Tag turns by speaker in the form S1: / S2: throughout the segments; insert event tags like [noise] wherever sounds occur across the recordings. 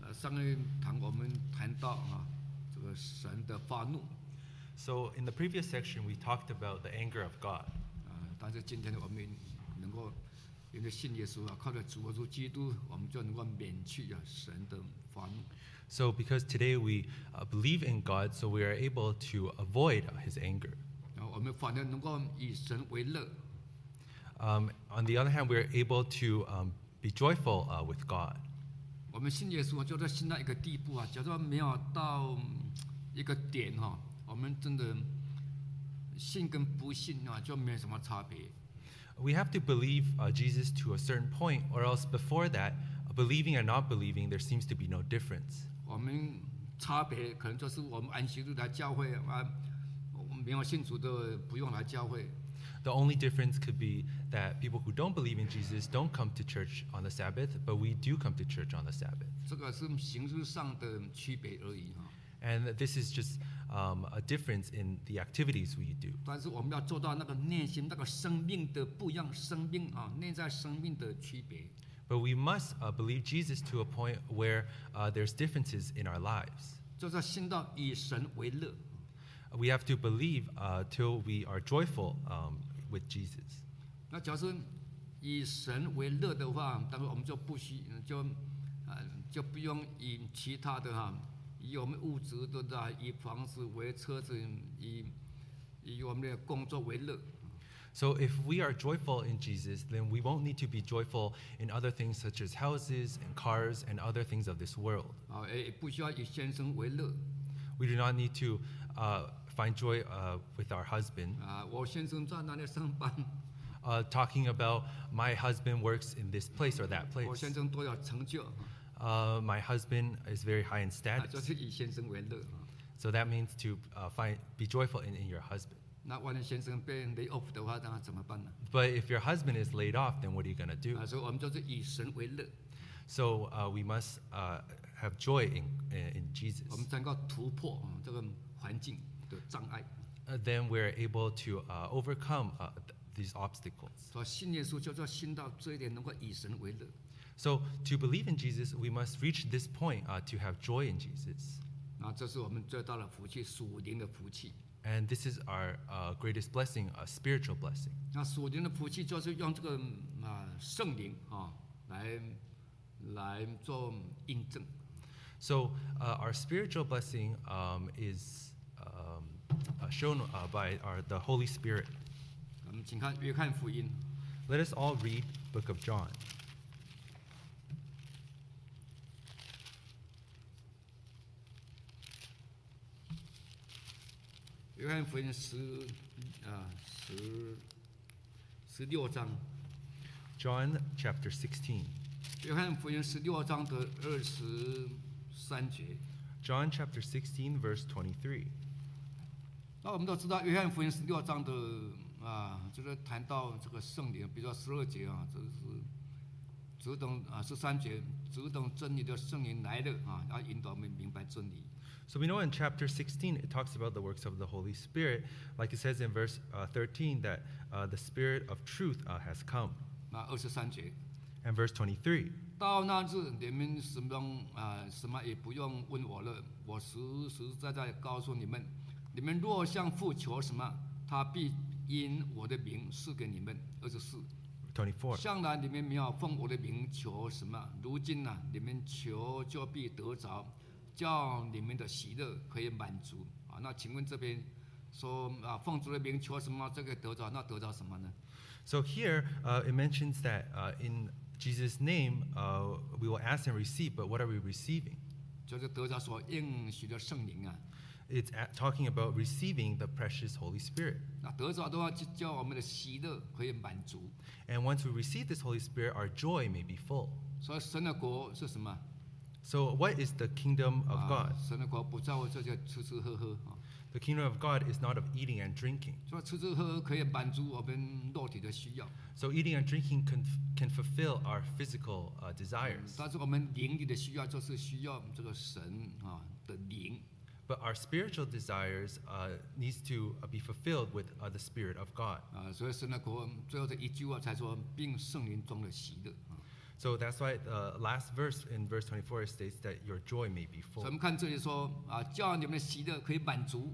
S1: 呃上一堂我们谈到啊，这个神的发怒
S2: So, in the previous section, we talked about the anger of God.
S1: 啊，但是今天我们能够因为信耶稣啊，靠着主耶稣基督，我们就能够免去啊神的发怒。
S2: So, because today we uh, believe in God, so we are able to avoid uh, his anger.
S1: 然后我们反而能够以神为乐，
S2: Um, on the other hand, we are able to um, be joyful uh, with God.
S1: 我们信耶稣啊，就是信到一个地步啊，假如没有到嗯一个点哈、我们真的信跟不信啊，就没有什么差别。
S2: We have to believe uh, Jesus to a certain point, or else before that, uh, believing or not believing, there seems to be no difference.
S1: 我们差别可能就是我们安息日来教会啊，我们没有信主的不用来教会
S2: The only difference could be that people who don't believe in Jesus don't come to church on the Sabbath, but we do come to church on the Sabbath.
S1: 这个是形式上的区别而已哈、啊
S2: And this is just um, a difference in the activities we do.
S1: 但是我们要做到那个内心、那个生命的不一样，生命啊，内在生命的区别。
S2: But we must uh, believe Jesus to a point where uh, there's differences in our lives.
S1: 就是要信到以神为乐，
S2: We have to believe uh, till we are joyful um, with Jesus.
S1: 那假如说以神为乐的话，当然我们就不需就呃就不用以其他的哈、以我们物质的啊，以房子为车子，以以我们的工作为乐。
S2: So if we are joyful in Jesus, then we won't need to be joyful in other things such as houses and cars and other things of this world.
S1: 啊，也也不需要以先生为乐
S2: We do not need to uh, find joy uh, with our husband.
S1: 啊。我先生在哪里上班？
S2: Uh, talking about my husband works in this place or that
S1: 我
S2: place.
S1: 先生多有成就，
S2: Uh, my husband is very high in
S1: 啊，就
S2: status.
S1: 是以先生为乐。啊
S2: So that means to uh, find be joyful in, in your husband.
S1: 那万一先生被 lay off 的话，那怎么办呢？
S2: But if your husband is laid off, then what are you going to do?
S1: 啊，所以我们就是以神为乐，
S2: So uh, we must uh, have joy in, in Jesus.
S1: 我们才能够突破啊这个环境的障碍。
S2: Uh, then we're able to uh, overcome uh, th- these obstacles.
S1: 所以信耶稣就是要信到这一点，能够以神为乐。
S2: So to believe in Jesus, we must reach this point uh, to have joy in Jesus.
S1: 那这是我们最大的福气，属灵的福气。
S2: And this is our uh, greatest blessing, a spiritual blessing.
S1: 那属灵的福气就是用这个嗯啊、圣灵啊来来做印证。
S2: So uh, our spiritual blessing um, is um, uh, shown uh, by our, the Holy Spirit.
S1: 我们请看约翰福音
S2: Let us all read Book of John.
S1: 约翰福音十啊十十六章，
S2: John chapter 16.
S1: 约翰福音十六章的二十三节。
S2: John chapter 16 verse 23.
S1: 那我们都知道，约翰福音十六章的啊，就是谈到这个圣灵，比如说十二节啊，这个是只等啊十三节，只等真理的圣灵来了啊，要引导我们明白真理。
S2: So we know in chapter 16 it talks about the works of the Holy Spirit, like it says in verse uh, 13 that uh, the Spirit of truth uh, has come,
S1: 那二十三节，
S2: and verse 23.
S1: 到那日你们什么啊什么也不用问我了，我实实在在告诉你们，你们若向父求什么，他必因我的名赐给你们。二十四。
S2: 24.
S1: 向来你们没有奉我的名求什么，如今呢、你们求就必得着，叫你们的喜乐可以满足啊。那请问这边说啊，奉主的名求什么，这个得着，那得着什么呢？
S2: So here uh, it mentions that uh, in Jesus' name uh, we will ask and receive, but what are we receiving?
S1: 就是得着所应许的圣灵啊。
S2: It's at, talking about receiving the precious Holy Spirit.
S1: 那得着的话，就叫我们的喜乐可以满足。
S2: And once we receive this Holy Spirit, our joy may be full.
S1: 所以神的国是什么？
S2: So, what is the kingdom of
S1: 啊
S2: God?，
S1: 神的国不在乎这些吃吃喝喝啊。
S2: The kingdom of God is not of eating and drinking.
S1: 所以吃吃喝喝可以满足我们肉体的需要，
S2: So, eating and drinking can, can fulfill our physical uh, desires,
S1: 但是我们灵里的需要就是需要这个神啊的灵。
S2: but our spiritual desires uh, needs to uh, be fulfilled with uh, the Spirit of God.
S1: 啊，所以神的国最后的一句话才说，并圣灵中的喜乐啊。
S2: So that's why the last verse in verse 24 it states that your joy may be
S1: 所
S2: full.
S1: 以我们看这里说啊，叫你们的喜乐可以满足，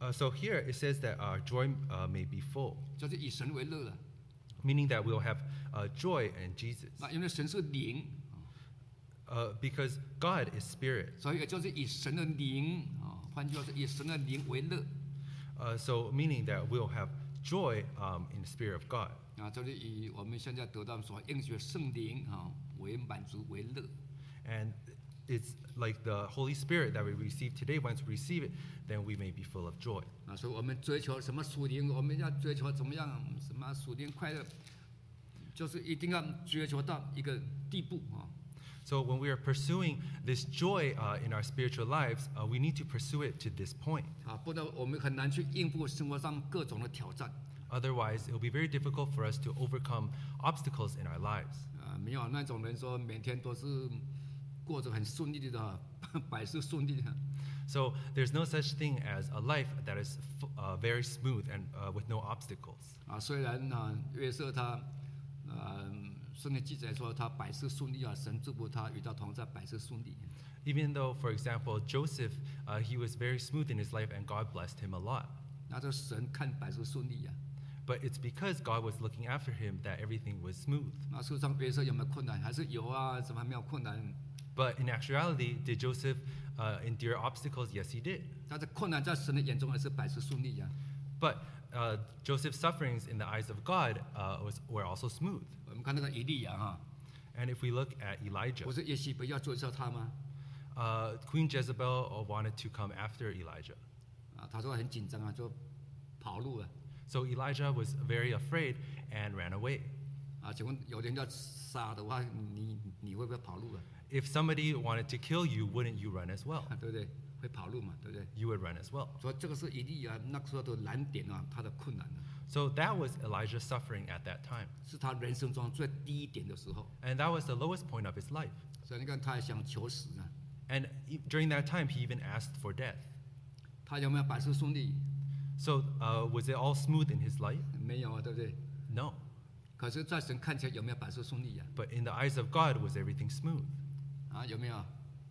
S2: Uh, so here it says that our joy uh, may be full,
S1: 就是以神为乐了。
S2: meaning that we'll have uh, joy in Jesus.
S1: 那因为神是灵，啊
S2: Uh, because God is spirit.
S1: 所以也就是以神的灵啊，换句话说，以神的灵为乐
S2: Uh, so meaning that we'll have joy um, in the spirit of God.
S1: 啊，就是以我们现在得到所应许的圣灵啊为满足为乐。
S2: And it's like the Holy Spirit that we receive today. Once we receive it, then we may be full of joy.
S1: 啊，所以我们追求什么属灵，我们要追求怎么样，什么属灵快乐，就是一定要追求到一个地步啊。
S2: So when we are pursuing this joy uh, in our spiritual lives, uh, we need to pursue it to this point.
S1: 啊，不然我们很难去应付生活上各种的挑战。
S2: Otherwise, it will be very difficult for us to overcome obstacles in our lives.
S1: 啊，没有那种人说每天都是过着很顺利的啊，百事顺利的。
S2: So there's no such thing as a life that is f- uh, very smooth and uh, with no obstacles.
S1: 啊，虽然啊，约瑟他，呃，圣经记载说他百事顺利啊，神祝福他与他同在，百事顺利。
S2: Even though, for example, Joseph, uh, he was very smooth in his life and God blessed him a lot.
S1: 那这神看百事顺利啊。
S2: But it's because God was looking after him that everything was smooth.
S1: 那事实上约瑟有没有困难？还是有啊，怎么还没有困难？
S2: But in actuality, did Joseph uh, endure obstacles? Yes, he did.
S1: 但是困难在神的眼中还是百事顺利呀、
S2: But uh, Joseph's sufferings in the eyes of God uh, was, were also smooth.
S1: 我们看那个以利亚哈，
S2: And if we look at Elijah,
S1: 不是也许不要追杀他吗？
S2: uh, Queen Jezebel uh, wanted to come after Elijah.
S1: 啊，他说很紧张啊，就跑路了。
S2: So Elijah was very afraid and ran away.
S1: 啊，请问有人要杀的话，你你会不会跑路啊？
S2: If somebody wanted to kill you, wouldn't you run as well?
S1: 啊，对不对？会跑路嘛，对不对？
S2: You would run as well.
S1: 所以这个是以利亚那个时候的难点啊，他的困难啊，
S2: So that was Elijah's suffering at that time.
S1: 是他人生中最低点的时候。
S2: And that was the lowest point of his life.
S1: 所以你看，他还想求死啊呢。
S2: And e- during that time, he even asked for death.
S1: 他有没有百事顺利？
S2: So uh, was it all smooth in his life?
S1: 没有啊，对不对？
S2: No.
S1: 可是，在神看起来有没有百事顺利呀、
S2: But in the eyes of God, was everything smooth?
S1: 啊？有没有？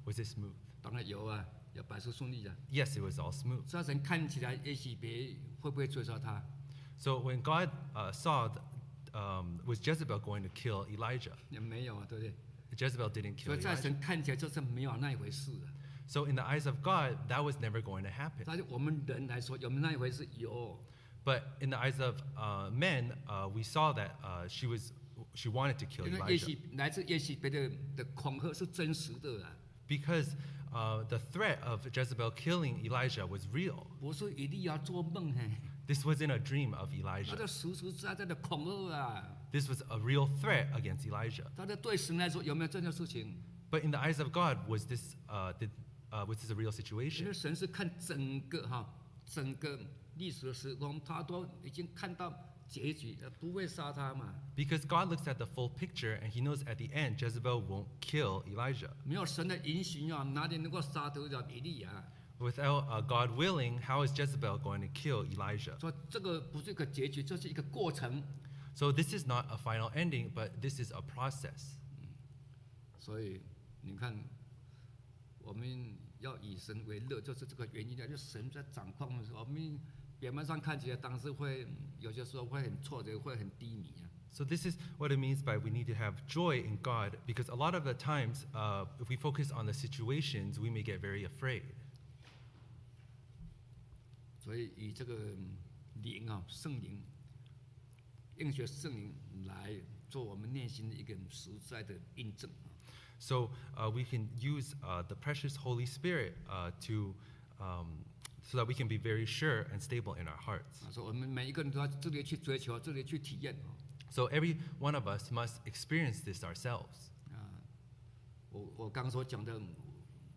S2: Was it smooth?
S1: 当然有啊，有百事顺利的、
S2: Yes, it was all smooth.
S1: 这神看起来，也许别会不会追杀他？
S2: So when God uh, saw, th- um, was Jezebel going to kill Elijah?
S1: 也没有啊，对不对？
S2: Jezebel didn't
S1: 所
S2: kill
S1: 以在
S2: Elijah.
S1: 神看起来就是没有那一回事啊的。
S2: So in the eyes of God, that was never going to happen.
S1: 但是我们人来说，有没有那一回事？有。
S2: But in the eyes of uh, men, uh, we saw that uh, she was she wanted to kill
S1: 因为也
S2: Elijah
S1: 许来自也许别的的恐吓是真实的啊，
S2: because uh, the threat of Jezebel killing Elijah was real.
S1: 不是一定要做梦嘿、
S2: This wasn't a dream of
S1: 他
S2: Elijah.
S1: 的实实在在的恐吓啊，
S2: This was a real threat against Elijah.
S1: 他的对神来说有没有这件事情？
S2: But in the eyes of God, was this uh, did, uh, was this a
S1: 因
S2: real situation?
S1: 为神是看整个哈，整个历史的时光，他都已经看到结局，呃不会杀他嘛。
S2: Because God looks at the full picture and He knows at the end Jezebel won't kill Elijah.
S1: 没有神的允许啊，哪里能够杀得了以利亚？啊
S2: Without uh, God willing, how is Jezebel going to kill Elijah?
S1: 说这个不是一个结局，这是一个过程。
S2: So this is not a final ending, but this is a process.
S1: 所以你看，我们要以神为乐，就是这个原因啊，就神在掌控的时候，我们表面上看起来当时会有些时候会很挫折，会很低迷啊。
S2: So this is what it means by we need to have joy in God, because a lot of the times, uh, if we focus on the situations, we may get very afraid.
S1: 所以以这个灵啊，圣灵，应学圣灵来做我们内心的一个实在的印证啊。
S2: So uh, we can use uh, the precious Holy Spirit uh, to, um, so that we can be very sure and stable in our hearts.
S1: 啊，所以我们每一个人都要这里去追求，这里去体验啊。
S2: So every one of us must experience this ourselves.
S1: 啊，我我刚所讲的，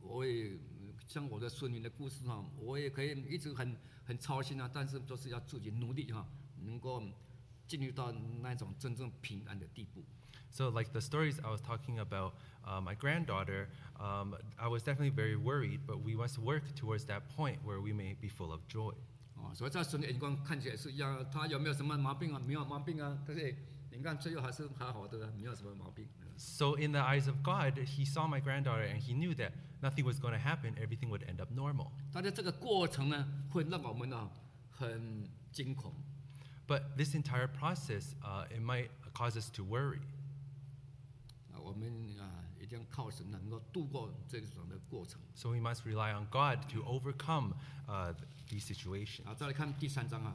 S1: 我也像我的孙女的故事哈，我也可以一直很很操心啊，但是就是要自己努力哈，能够进入到那种真正平安的地步。
S2: So, like the stories I was talking about, uh, my granddaughter, um, I was definitely very worried, but we must work towards that point where we may be full of joy.
S1: 哦，所以在神的眼光看起来是一样，他有没有什么毛病啊？没有毛病啊，对不对？你看最后还是还好的啊，没有什么毛病。嗯
S2: So, in the eyes of God, he saw my granddaughter and he knew that nothing was going to happen, everything would end up normal.
S1: 但是这个过程呢，会让我们呢很惊恐。
S2: But this entire process, uh, it might cause us to worry.
S1: 啊，我们啊一定要靠神能够度过这种的过程。
S2: So, we must rely on God to overcome uh, these situations.
S1: 啊，再来看第三章啊，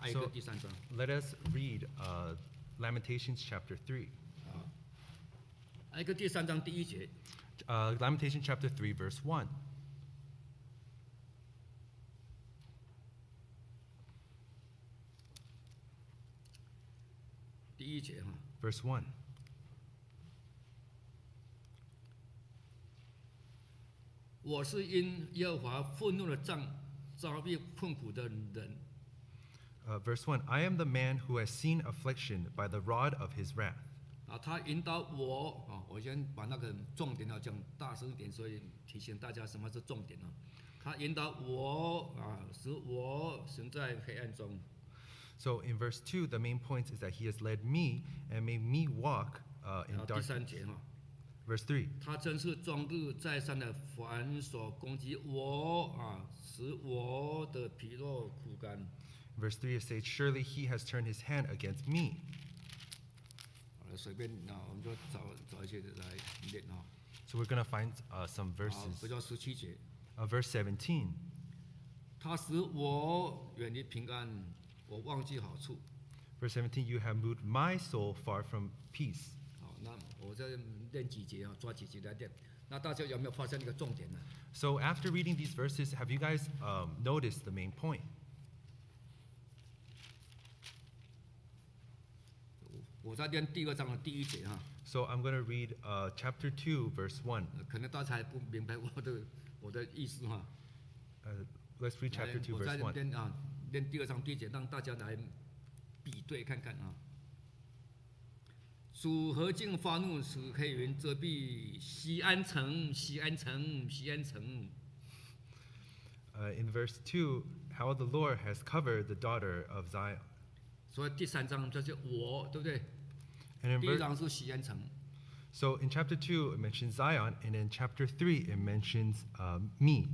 S1: 挨个
S2: So-
S1: 第三章
S2: Let us read uh, Lamentations chapter 3.
S1: 啊，挨个第三章第一节，
S2: Uh, Lamentations chapter 3, verse 1.
S1: 第一节哈、
S2: Verse 1.
S1: “我是因耶和华愤怒的杖遭遇困苦的人，
S2: Uh, verse 1 I am the man who has seen affliction by the rod of his wrath.
S1: 啊，他引导我啊，我先把那个重点要讲大声一点，所以提醒大家什么是重点啊。他引导我啊，使我行在黑暗中
S2: So in verse 2, the main point is that he has led me and made me walk uh, in
S1: 啊。第
S2: darkness.
S1: 三节哈、
S2: Verse 3
S1: 他真是终日再三的反手攻击我啊，使我的皮肉枯干
S2: Verse 3 it says, Surely he has turned his hand against me.
S1: 好了，随便啊，我们就找找一些来念啊。
S2: So we're going to find uh, some
S1: 好，回
S2: verses.
S1: 到十七节，
S2: Uh, verse 17
S1: 他使我远离平安，我忘记好处。
S2: Verse 17 You have moved my soul far from peace.
S1: 好，那我再念几节啊，抓几节来念。那大家有没有发现一个重点呢？
S2: So after reading these verses, have you guys um, noticed the main point?
S1: 我在念第二章的第一节哈，
S2: So I'm going to read uh, chapter 2, verse 1.
S1: 呃可能大家还不明白我的我的意思哈。
S2: Uh, let's read
S1: 来
S2: chapter 2,
S1: 我在
S2: verse 1.
S1: 念啊，念第二章第一节，让大家来比对看看啊。主何竟发怒，使黑云遮蔽西安城，西安城，西安城。
S2: Uh, in verse 2, how the Lord has covered the daughter of Zion.
S1: 所以第三章就是我，对不对？
S2: And in
S1: 第一
S2: verse
S1: 章是西安城，
S2: So in chapter 2, it mentions Zion, and in chapter 3, it mentions um, me.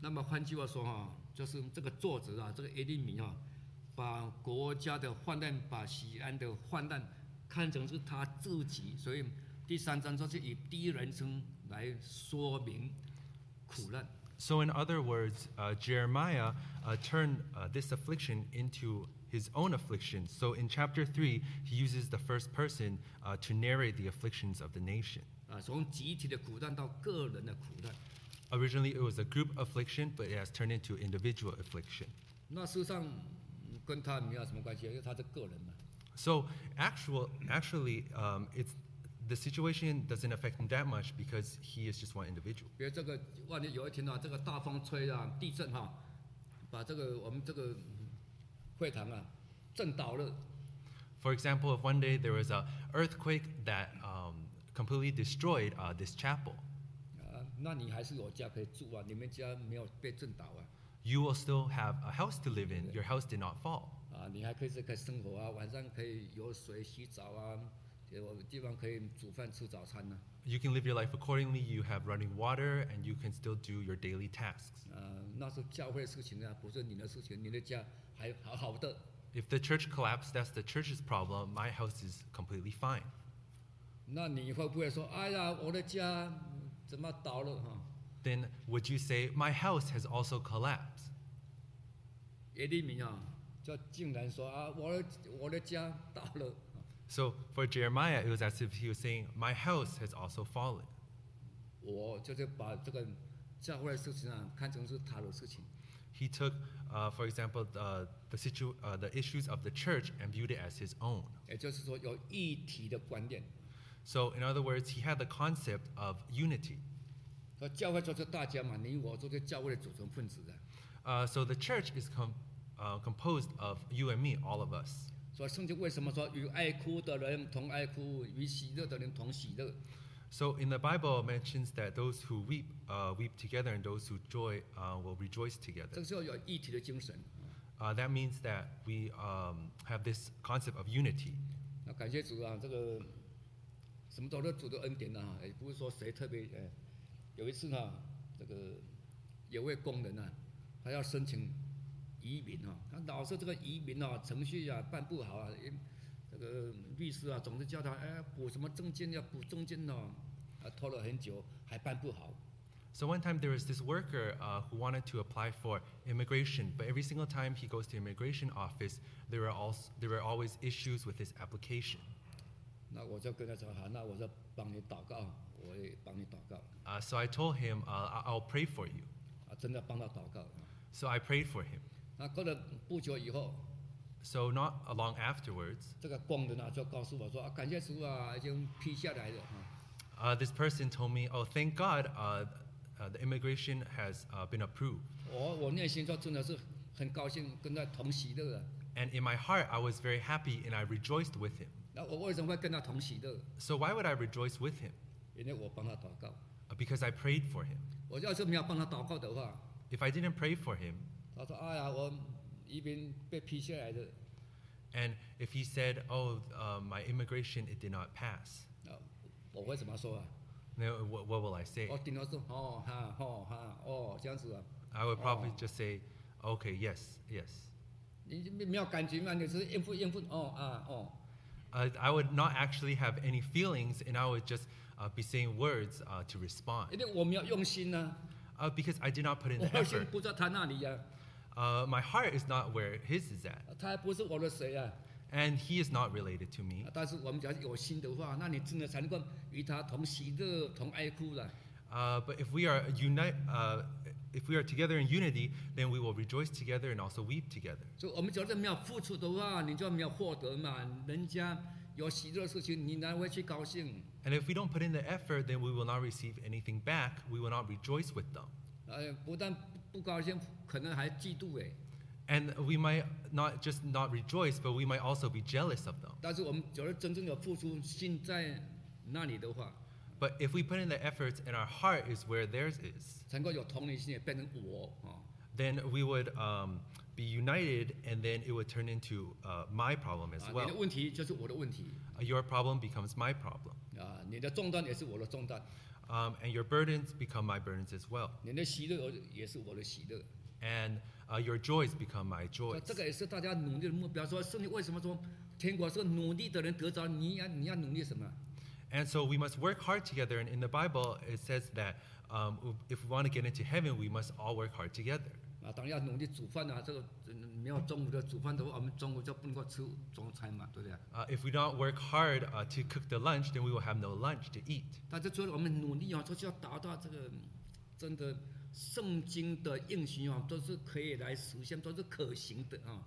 S1: 那么换句话说哈，就是这个作者啊，这个耶利米啊，把国家的患难，把西安的患难看成是他自己，所以第三章就是以第一人称来说明苦难。
S2: So, in other words, uh, Jeremiah uh, turned uh, this affliction into his own affliction. So, in chapter 3, he uses the first person uh, to narrate the afflictions of the nation.
S1: 啊，从集体的苦难到个人的苦难。
S2: Originally, it was a group affliction, but it has turned into individual affliction.
S1: 那事实上嗯跟他没有什么关系，因为他是个人嘛。
S2: So, actual, actually, um, it's, the situation doesn't affect him that much because he is just one individual.
S1: 比如这个，万一有一天啊，这个大风吹啊，地震哈、把这个我们这个嗯会堂啊震倒了，
S2: For example, if one day there was a earthquake that um, completely destroyed uh, this chapel,
S1: 啊，那你还是有家可以住啊，你们家没有被震倒啊，
S2: you will still have a house to live in. Your house did not fall.
S1: 啊，你还可以这个生活啊，晚上可以有水洗澡啊，有地方可以煮饭吃早餐呢、啊
S2: You can live your life accordingly. You have running water, and you can still do your daily tasks.
S1: 啊。那是教会的事情啊，不是你的事情，你的家还好好的。
S2: If the church collapsed, that's the church's problem. My house is completely fine.
S1: 那你会不会说，哎呀，我的家嗯怎么倒了哈？
S2: Then would you say my house has also collapsed?
S1: 耶利米啊，就竟然说啊，我的我的家倒了。啊
S2: So for Jeremiah, it was as if he was saying, "My house has also fallen."
S1: 我就是把这个教会的事情啊，看成是他的事情。
S2: He took, uh, for example, the, the, situ- uh, the issues of the church and viewed it as his own.
S1: 也就是说，有一体的观念。
S2: So, in other words, he had the concept of unity.
S1: 说教会就是大家嘛，你我就是教会的组成分子啊。
S2: Uh, so, the church is com- uh, composed of you and me, all of us.
S1: 所以圣经为什么说与爱哭的人同爱哭，与喜乐的人同喜乐？
S2: So, in the Bible, it mentions that those who weep uh, weep together, and those who joy uh, will rejoice
S1: 这
S2: together.
S1: 个时候有一体的精神。
S2: Uh, that means that we um, have this concept of unity.
S1: 那感谢主啊，这个什么叫做主的恩典呢、啊？也不是说谁特别呃，有一次啊，这个有位工人啊，他要申请移民啊，他老是这个移民啊程序啊办不好啊，因这个律师啊总是叫他哎补什么证件要补证件哦，啊拖了很久还办不好，
S2: So one time there was this worker uh, who wanted to apply for immigration, but every single time he goes to immigration office, there were also, there were always issues with his application.
S1: 那我就跟他说好，那我就帮你祷告，我也帮你祷告
S2: Uh, so I told him, uh, I- "I'll pray for you."
S1: 啊，真的帮他祷告啊。
S2: So I prayed for him.
S1: 那过了不久以后，
S2: So not uh, long afterwards,
S1: 这个工人啊就告诉我说啊，感谢主啊，已经批下来了啊。
S2: uh, this person told me, "Oh, thank God, uh, uh, the immigration has uh, been approved."
S1: 我我内心就真的是很高兴，跟他同喜乐啊。
S2: And in my heart, I was very happy and I rejoiced with him.
S1: 那我为什么会跟他同喜乐？
S2: So why would I rejoice with him?
S1: 因为我帮他祷告。
S2: Uh, Because I prayed for him.
S1: 我要是没有帮他祷告的话，
S2: If I didn't pray for him,
S1: 他说：“哎呀，我一边被批下来的，
S2: and if he said, "Oh, uh, my immigration it did not pass,"
S1: 那我会怎么说啊？
S2: then what, what will I say?
S1: 我顶多说哦哈哦哈哦这样子啊，
S2: I would probably
S1: Oh.
S2: just say, "Okay, yes, yes."
S1: 你就没有感觉嘛？你只是应付应付哦啊哦。
S2: Uh, I would not actually have any feelings, and I would just uh, be saying words uh, to
S1: 因
S2: respond
S1: 为我没有用心呢、
S2: uh, because I did not put in
S1: 我
S2: the
S1: 的心
S2: effort.
S1: 不在他那里呀、
S2: Uh, my heart is not where his is at,
S1: 他还不是我的谁啊。
S2: and he is not related to me.
S1: 但是我们只要有心的话，那你真的才能够与他同喜乐、同哀哭了。
S2: Uh, but if we are unite, uh, if we are together in unity, then we will rejoice together and also weep together.
S1: 所以我们只要是没有付出的话，你就没有获得嘛。人家有喜乐的事情，你哪会去高兴？
S2: And if we don't put in the effort, then we will not receive anything back. We will not rejoice with them.
S1: 呃，不但不高兴，可能还嫉妒哎。
S2: And we might not just not rejoice, but we might also be jealous of them.
S1: 但是我们只要是真正的付出，心在那里的话，
S2: But if we put in the efforts and our heart is where theirs is,
S1: 才能够有同理心，也变成我啊、哦
S2: then we would um, be united and then it would turn into uh, my problem as
S1: 啊，
S2: well.
S1: 你的问题就是我的问题
S2: Uh, Your problem becomes my problem,
S1: 啊，你的重担也是我的重担，
S2: um, and your burdens become my burdens as well.
S1: 你的喜乐也是我的喜乐。
S2: And uh, your joys become my
S1: 所以
S2: joys.
S1: 这个也是大家努力的目标。说圣经为什么说天国是努力的人得着？你要你要努力什么？
S2: And so we must work hard together. And in the Bible, it says that um, if we want to get into heaven, we must all work hard together.
S1: 啊，当然要努力煮饭啊。这个嗯没有中午的煮饭的话，我们中午就不能够吃中餐嘛，对不对？
S2: Uh, if we don't work hard uh, to cook the lunch, then we will have no lunch to eat.
S1: 但是除了我们努力啊，就是要达到这个嗯真的圣经的应许啊，都是可以来实现，都是可行的啊，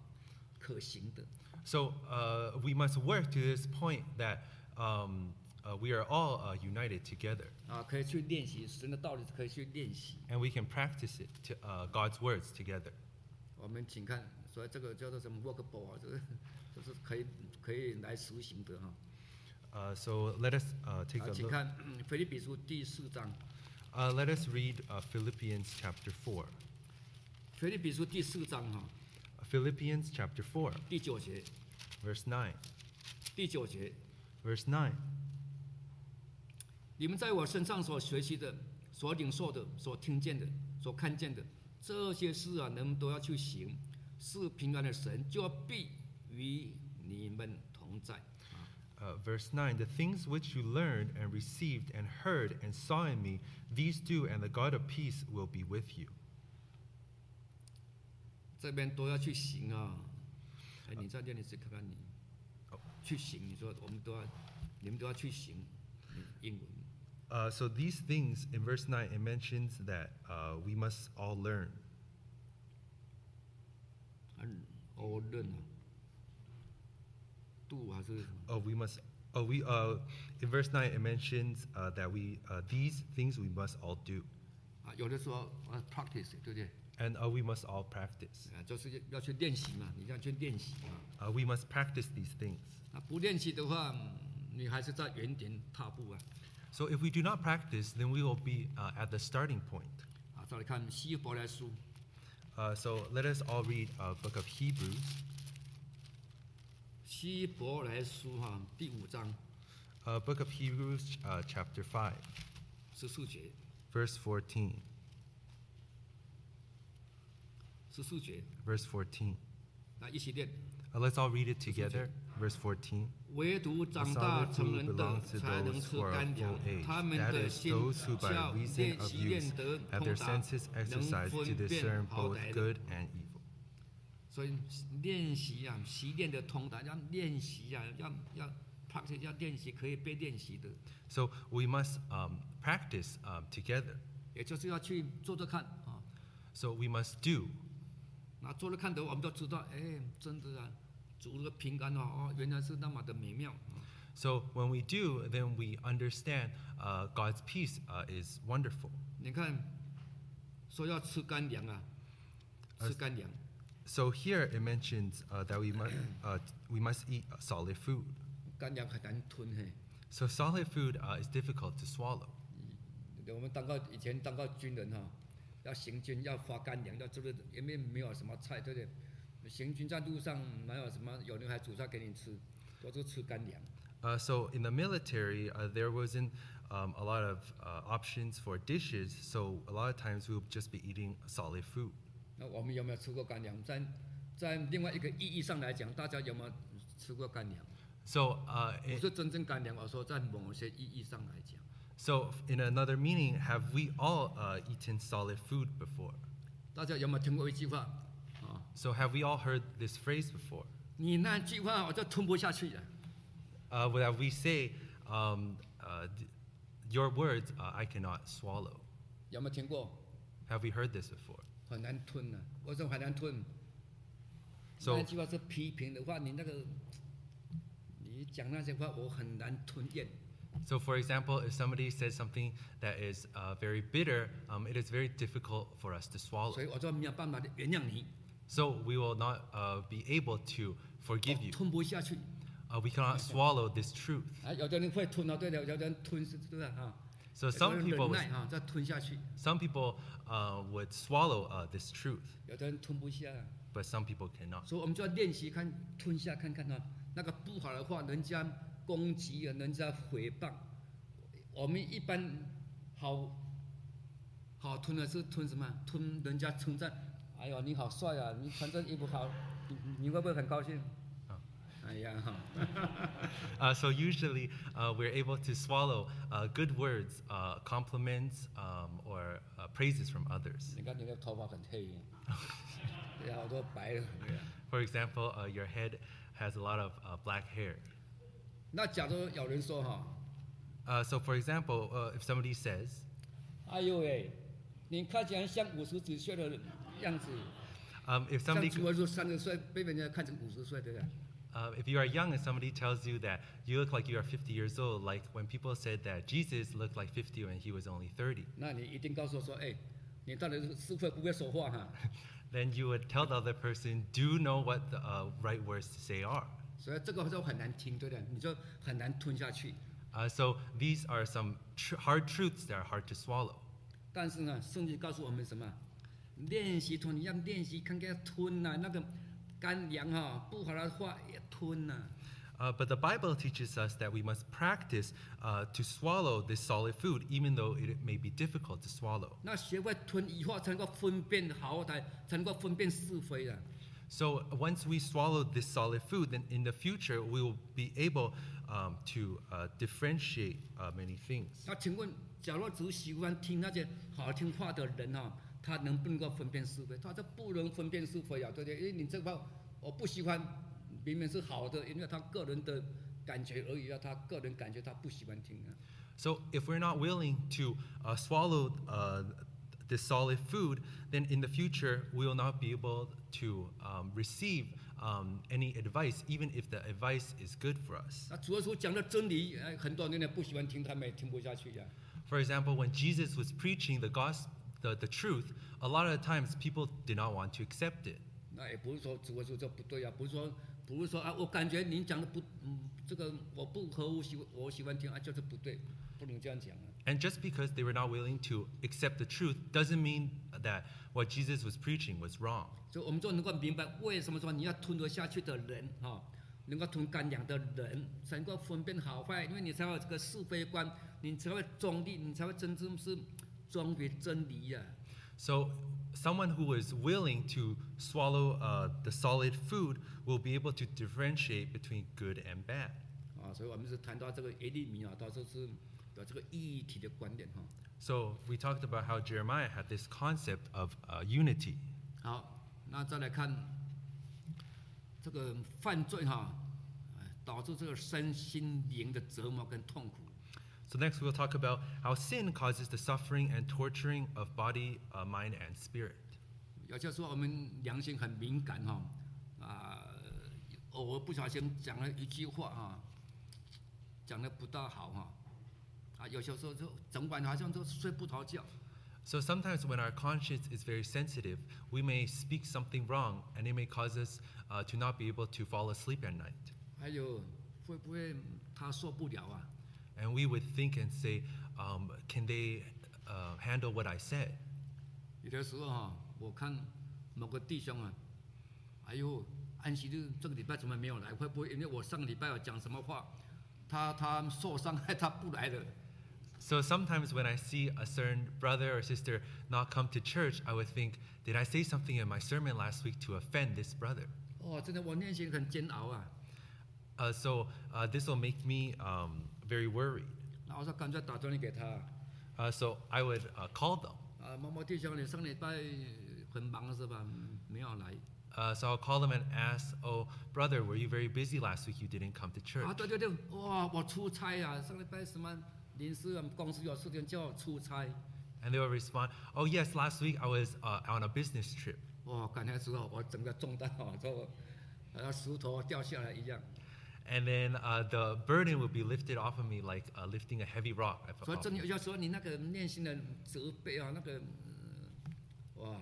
S1: 可行的。
S2: So uh, we must work to this point that um, uh, we are all uh, united together
S1: 啊，可以去练习神的道理，可以去练习。
S2: and we can practice it to, uh, God's words together.
S1: 我们请看，所以这个叫做什么 workable 啊，这个就是可以可以来实行的啊。
S2: Uh, so let us uh, take
S1: 好，
S2: a
S1: 啊请
S2: look.
S1: 看《腓立比书》第四章，《
S2: Uh, let us read uh, Philippians chapter 4.
S1: 腓立比书》第四章哈、
S2: Philippians chapter 4,
S1: 第九节，
S2: verse 9.
S1: 第九节，
S2: Verse 9.
S1: 你们在我身上所学习的、所领受的、所听见的、所看见的这些事啊，能都要去行，是平安的神就必与你们同在。啊
S2: Uh, verse 9 The things which you learned and received and heard and saw in me, these do, and the God of peace will be with you.
S1: 这边都要去行啊！哎，你在练你去看看你
S2: 哦，
S1: 去行，你说我们都要，你们都要去行，嗯英文。
S2: Uh, so, these things in verse 9, it mentions that uh, we must all learn.
S1: 嗯，欧润啊，度还是什么
S2: Oh, we must. Oh, we. Uh, in verse nine, it mentions uh, that we uh, these things we must all do,
S1: 啊？有的时候啊，practice 对不对？
S2: and uh, we must all practice.
S1: 啊，就是要去练习嘛，你要去练习啊。
S2: Uh, we must practice these things.
S1: 啊，不练习的话，嗯你还是在原点踏步啊。
S2: So, if we do not practice, then we will be uh, at the starting point.
S1: 啊，再来看希伯来书
S2: Uh, so, let us all read uh, book of Hebrews.
S1: 希伯来书哈、第五章，
S2: uh, book of Hebrews, uh, chapter 5,
S1: 十四节，
S2: verse 14.
S1: 十四节，
S2: Verse 14.
S1: 来一起念。
S2: Uh, let's all read it together. Verse 14.
S1: 唯独长大成人的才能吃干粮，他们的心窍练习练得通达，能分辨好歹的。
S2: and evil.
S1: 所以练习啊，习练的通达，要练习啊，要要 practice，要练习可以被练习的，
S2: So we must um, practice um, together.
S1: 也就是要去做做看啊。
S2: So we must do.
S1: 那做了看的，我们就知道，哎，真的啊，主的平安哦，哦，原来是那么的美妙。啊
S2: So when we do, then we understand uh, God's peace uh, is wonderful.
S1: 你看，说要吃干粮啊，吃干粮，
S2: So here it mentions uh, that we must uh, we must eat solid food.
S1: 干粮很难吞嘿。
S2: So solid food uh, is difficult to swallow.
S1: 我们当过以前当过军人哈、要行军要发干粮，要这个因为没有什么菜，对不对？行军在路上没有什么，有人还煮菜给你吃，都是吃干粮。
S2: Uh, so in the military, uh, there wasn't um, a lot of uh, options for dishes. So a lot of times we would just be eating solid food.
S1: 那我们有没有吃过干粮？在在另外一个意义上来讲，大家有没有吃过干粮？
S2: So uh,
S1: 不
S2: it-
S1: 是真正干粮，我说在某些意义上来讲，
S2: so in another meaning, have we all uh, eaten solid food before?
S1: 大家有没有听过一句话啊？
S2: So have we all heard this phrase before?
S1: 你那句话我就吞不下去了。
S2: Uh, that we say, um, uh, d- "Your words uh, I cannot swallow."
S1: 有没有听过？
S2: Have we heard this before?
S1: 很难吞呐、啊，我说很难吞。
S2: So-
S1: 那句话是批评的话，你那个，你讲那些话，我很难吞咽。
S2: So, for example, if somebody says something that is uh, very bitter, um, it is very difficult for us to swallow.
S1: 所以我就没有办法地原谅你，
S2: So we will not uh, be able to forgive
S1: 我
S2: you.
S1: 哦吞不下去。
S2: Uh, we cannot swallow this truth.
S1: 啊，有的人会吞啊，对的，有的人吞是对的啊。
S2: So
S1: 有的
S2: some
S1: 人
S2: people,
S1: 忍
S2: would,
S1: 耐啊，再吞下去；
S2: some people uh, would swallow uh, this truth,
S1: 有的人吞不下、
S2: but some people cannot.
S1: 所以我们就要练习看吞下，看看啊，那个不好的话，人家攻击啊，人家诽谤，我们一般好好吞的是吞什么？吞人家称赞，哎呦你好帅啊，你穿这衣服好，你你会不会很高兴？哎呀，哈
S2: Uh, so usually uh, we're able to swallow uh, good words, uh, compliments, um, or uh, praises from others.
S1: 你看你的头发很黑， [laughs] 对呀，我都白了。
S2: For example, uh, your head has a lot of uh, black hair.
S1: 那假如有人说哈，
S2: Uh, so, for example, uh, if somebody says,
S1: 哎呦喂，你看起来像五十几岁的样子，
S2: um, if
S1: 像
S2: somebody,
S1: 主要说三十岁被人家看成五十岁，对不对？
S2: uh, if you are young and somebody tells you that you look like you are 50 years old, like when people said that Jesus looked like 50 when he was only 30,
S1: 那你一定告诉我说，哎，你到底是是会不会说话哈、
S2: then you would tell the other person, do know what the uh, right words to say are.
S1: 所以这个就很难听，对不对？你就很难吞下去。
S2: Uh, so these are some tr- hard truths that are hard to swallow.
S1: 但是呢，圣经告诉我们什么？练习吞，你要练习看看吞呐、那个干粮哈、不好的话也吞呐、
S2: Uh, but the Bible teaches us that we must practice uh, to swallow this solid food, even though it may be difficult to swallow.
S1: 那学会吞以后，才能够分辨好歹，才能够分辨是非啊。
S2: So once we swallow this solid food, then in the future we will be able um, to uh, differentiate uh, many things.
S1: 那请问，假如只喜欢听那些好听话的人哈、他能不能够分辨是非？他这不能分辨是非啊，对不对？因为你这个我不喜欢，明明是好的，啊因为他个人的感觉而已啊，他个人感觉他不喜欢听啊。
S2: So if we're not willing to uh, swallow uh, this solid food, then in the future we will not be able to um, receive um, any advice, even if the advice is good for us.
S1: 那主耶稣讲的真理，哎，很多人呢不喜欢听，他们也听不下去呀、啊
S2: For example, when Jesus was preaching the gospel, the, the truth, a lot of times people did not want to accept it.
S1: 那也不是说主耶稣这不对啊，不是说不是说啊，我感觉您讲的不，嗯，这个我不合我喜我喜欢听啊，就是不对，不能这样讲啊。
S2: And just because they were not willing to accept the truth doesn't mean that what Jesus was preaching was wrong.
S1: 所以我们就能够明白为什么说你要吞得下去的人哈、能够从干养的人，才能够分辨好坏，因为你才有这个是非观，你才会中立，你才会真正是忠于真理呀、
S2: So, someone who is willing to swallow uh, the solid food will be able to differentiate between good and bad.
S1: 啊，所以我们是谈到这个耶利米啊，到时候是有这个一体的观点哈、
S2: So, we talked about how Jeremiah had this concept of uh, unity.
S1: 好，那再来看这个犯罪哈、哎导致这个身心灵的折磨跟痛苦。
S2: So, next we'll talk about how sin causes the suffering and torturing of body, uh, mind, and spirit.
S1: 有些时候我们良心很敏感哈、啊、偶尔不小心讲了一句话啊，讲的不大好哈、啊，有些时候就整晚好像都睡不着觉，
S2: So, sometimes when our conscience is very sensitive, we may speak something wrong and it may cause us uh, to not be able to fall asleep at night.
S1: 还有哎会不会他受不了啊？
S2: And we would think and say, um, can they uh, handle what I said?
S1: 有的时候哈、我看某个弟兄啊，哎呦，安息日这个礼拜怎么没有来？会不会因为我上个礼拜有讲什么话，他他受伤害，他不来了？
S2: So sometimes when I see a certain brother or sister not come to church, I would think, did I say something in my sermon last week to offend this brother?
S1: 哦，真的我内心很煎熬啊。
S2: Uh, so uh, this will make me um, very worried.
S1: 然后我说干脆打电话给他，
S2: Uh, so I would uh, call them.
S1: 啊，某某弟兄，你上礼拜很忙是吧？嗯没有来。
S2: Uh, so I'll call them and ask, oh, brother, were you very busy last week? You didn't come to church.
S1: 啊，对对对，哇，我出差啊，上礼拜什么临时啊公司有事情叫我出差。
S2: And they will respond, oh, yes, last week I was uh, on a business trip.
S1: 哇，感觉时候我整个重担哦，就好像石头掉下来一样。
S2: And then uh, the burden would be lifted off of me like uh, lifting a heavy rock. I
S1: 所
S2: felt
S1: 以真
S2: off me.
S1: 的要说你那个内心的责备啊，那个，呃哇，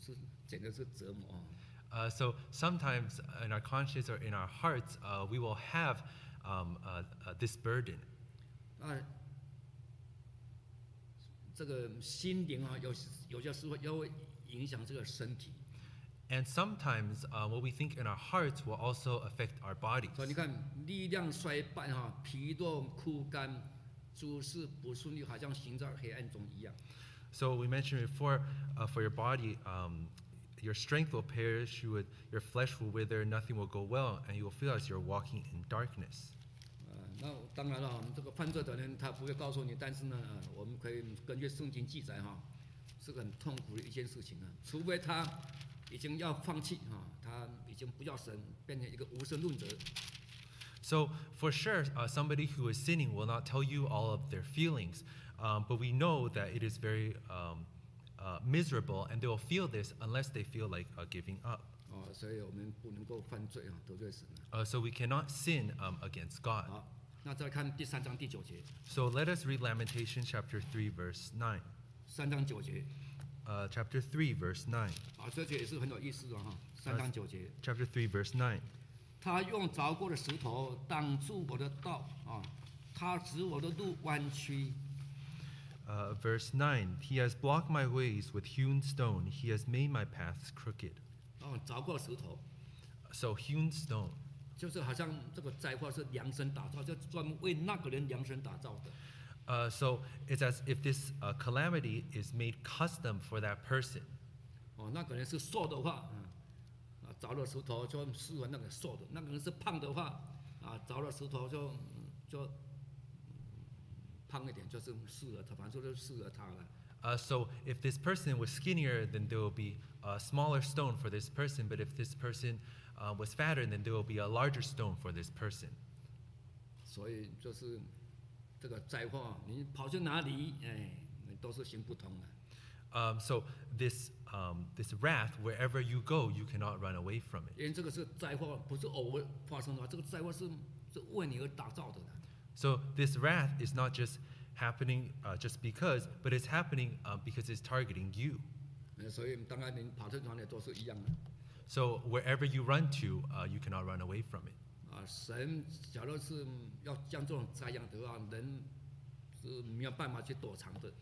S1: 是简直是折磨啊。
S2: Uh, so sometimes in our conscience or in our hearts, uh, we will have um, uh, uh, this burden.
S1: 那这个心灵啊，有有些时候要会影响这个身体。
S2: And sometimes uh, what we think in our hearts will also affect our bodies.
S1: 所以你看，力量衰败哈、疲弱枯干，诸事不顺利，好像行在黑暗中一样。
S2: So we mentioned before, uh, for your body, um, your strength will perish, you would, your flesh will wither, nothing will go well, and you will feel as you're walking in darkness.
S1: 呃，那当然了，我们这个犯罪的人他不会告诉你，但是呢，呃我们可以根据圣经记载哈、是很痛苦的一件事情啊。除非他已经要放弃哈、他已经不要神，变成一个无神论者。
S2: So, for sure, uh, somebody who is sinning will not tell you all of their feelings, um, but we know that it is very um, uh, miserable, and they will feel this unless they feel like uh, giving up.
S1: 哦，所以我们不能够犯罪啊，得罪神啊。
S2: Uh, so, we cannot sin um, against God.
S1: 好，那再看第三章第九节，
S2: So, let us read Lamentation chapter 3, verse 9.
S1: 三章九节
S2: Uh, chapter 3, verse 9.
S1: 啊，这节也是很有意思的哈、三章九节。
S2: Chapter 3, verse 9.
S1: 他用凿过的石头挡住我的道啊，他使我的路弯曲。
S2: Uh, verse 9 He has blocked my ways with hewn stone, He has made my paths crooked.
S1: 哦，凿过石头，
S2: So, hewn stone.
S1: 就是好像这个灾祸是量身打造，就专门为那个人量身打造的。
S2: Uh, so it's as if this uh, calamity is made custom for that person.
S1: 哦，那个人是瘦的话，嗯啊，凿了石头就适合那个瘦的；那个人是胖的话，啊，凿了石头就嗯就嗯胖一点，就是适合他，反正就是适合他了。
S2: Uh, so if this person was skinnier, then there will be a smaller stone for this person. But if this person uh, was fatter, then there will be a larger stone for this person.
S1: 所以就是这个灾祸啊，你跑去哪里，哎，你都是行不通的。
S2: Um, so this um, this wrath, wherever you go, you cannot run away from it.
S1: 因为这个是灾祸，不是偶尔发生的，这个灾祸是是为你而打造的。
S2: So this wrath is not just happening uh, just because, but it's happening uh, because it's targeting you.
S1: 呃，所以当然你跑去哪里都是一样的。
S2: So wherever you run to, uh, you cannot run away from it.
S1: 啊，神假如是要将这种灾殃的话，人是没有办法去躲藏的。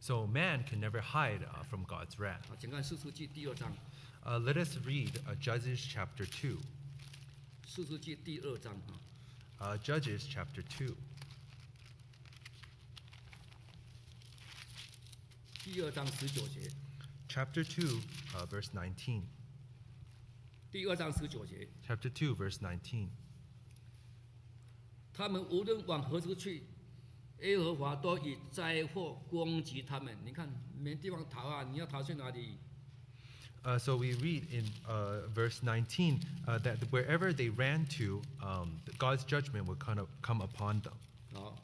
S2: So man can never hide uh, from God's wrath.
S1: 啊，请看《四书记》第二章，
S2: Uh, let us read uh, Judges chapter 2.
S1: 四世纪第二章啊哈。
S2: Uh, Judges chapter 2.
S1: 第二章十九节，
S2: Chapter 2, uh, verse 19.
S1: 第二章十九节，
S2: Chapter 2, verse 19.
S1: 他们无论往何处去，耶和华都以灾祸攻击他们。你看，没地方逃啊！你要逃去哪里？
S2: Uh, so we read in uh, verse 19 uh, that wherever they ran to, um, God's judgment would kind of come upon them.
S1: 好，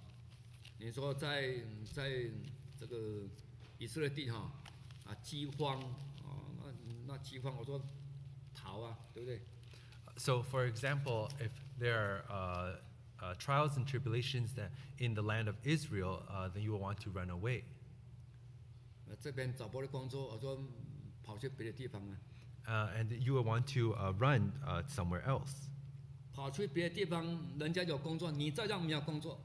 S1: 你说在在这个以色列地哈啊，饥荒哦，那那饥荒，我说逃啊，对不对？
S2: So, for example, if there are uh, uh, trials and tribulations that in the land of Israel, uh, then you will want to run away.
S1: 呃，这边找不到工作，我说嗯跑去别的地方啊，
S2: Uh, and you will want to uh, run uh, somewhere else.
S1: 跑去别的地方，人家有工作，你照样没有工作，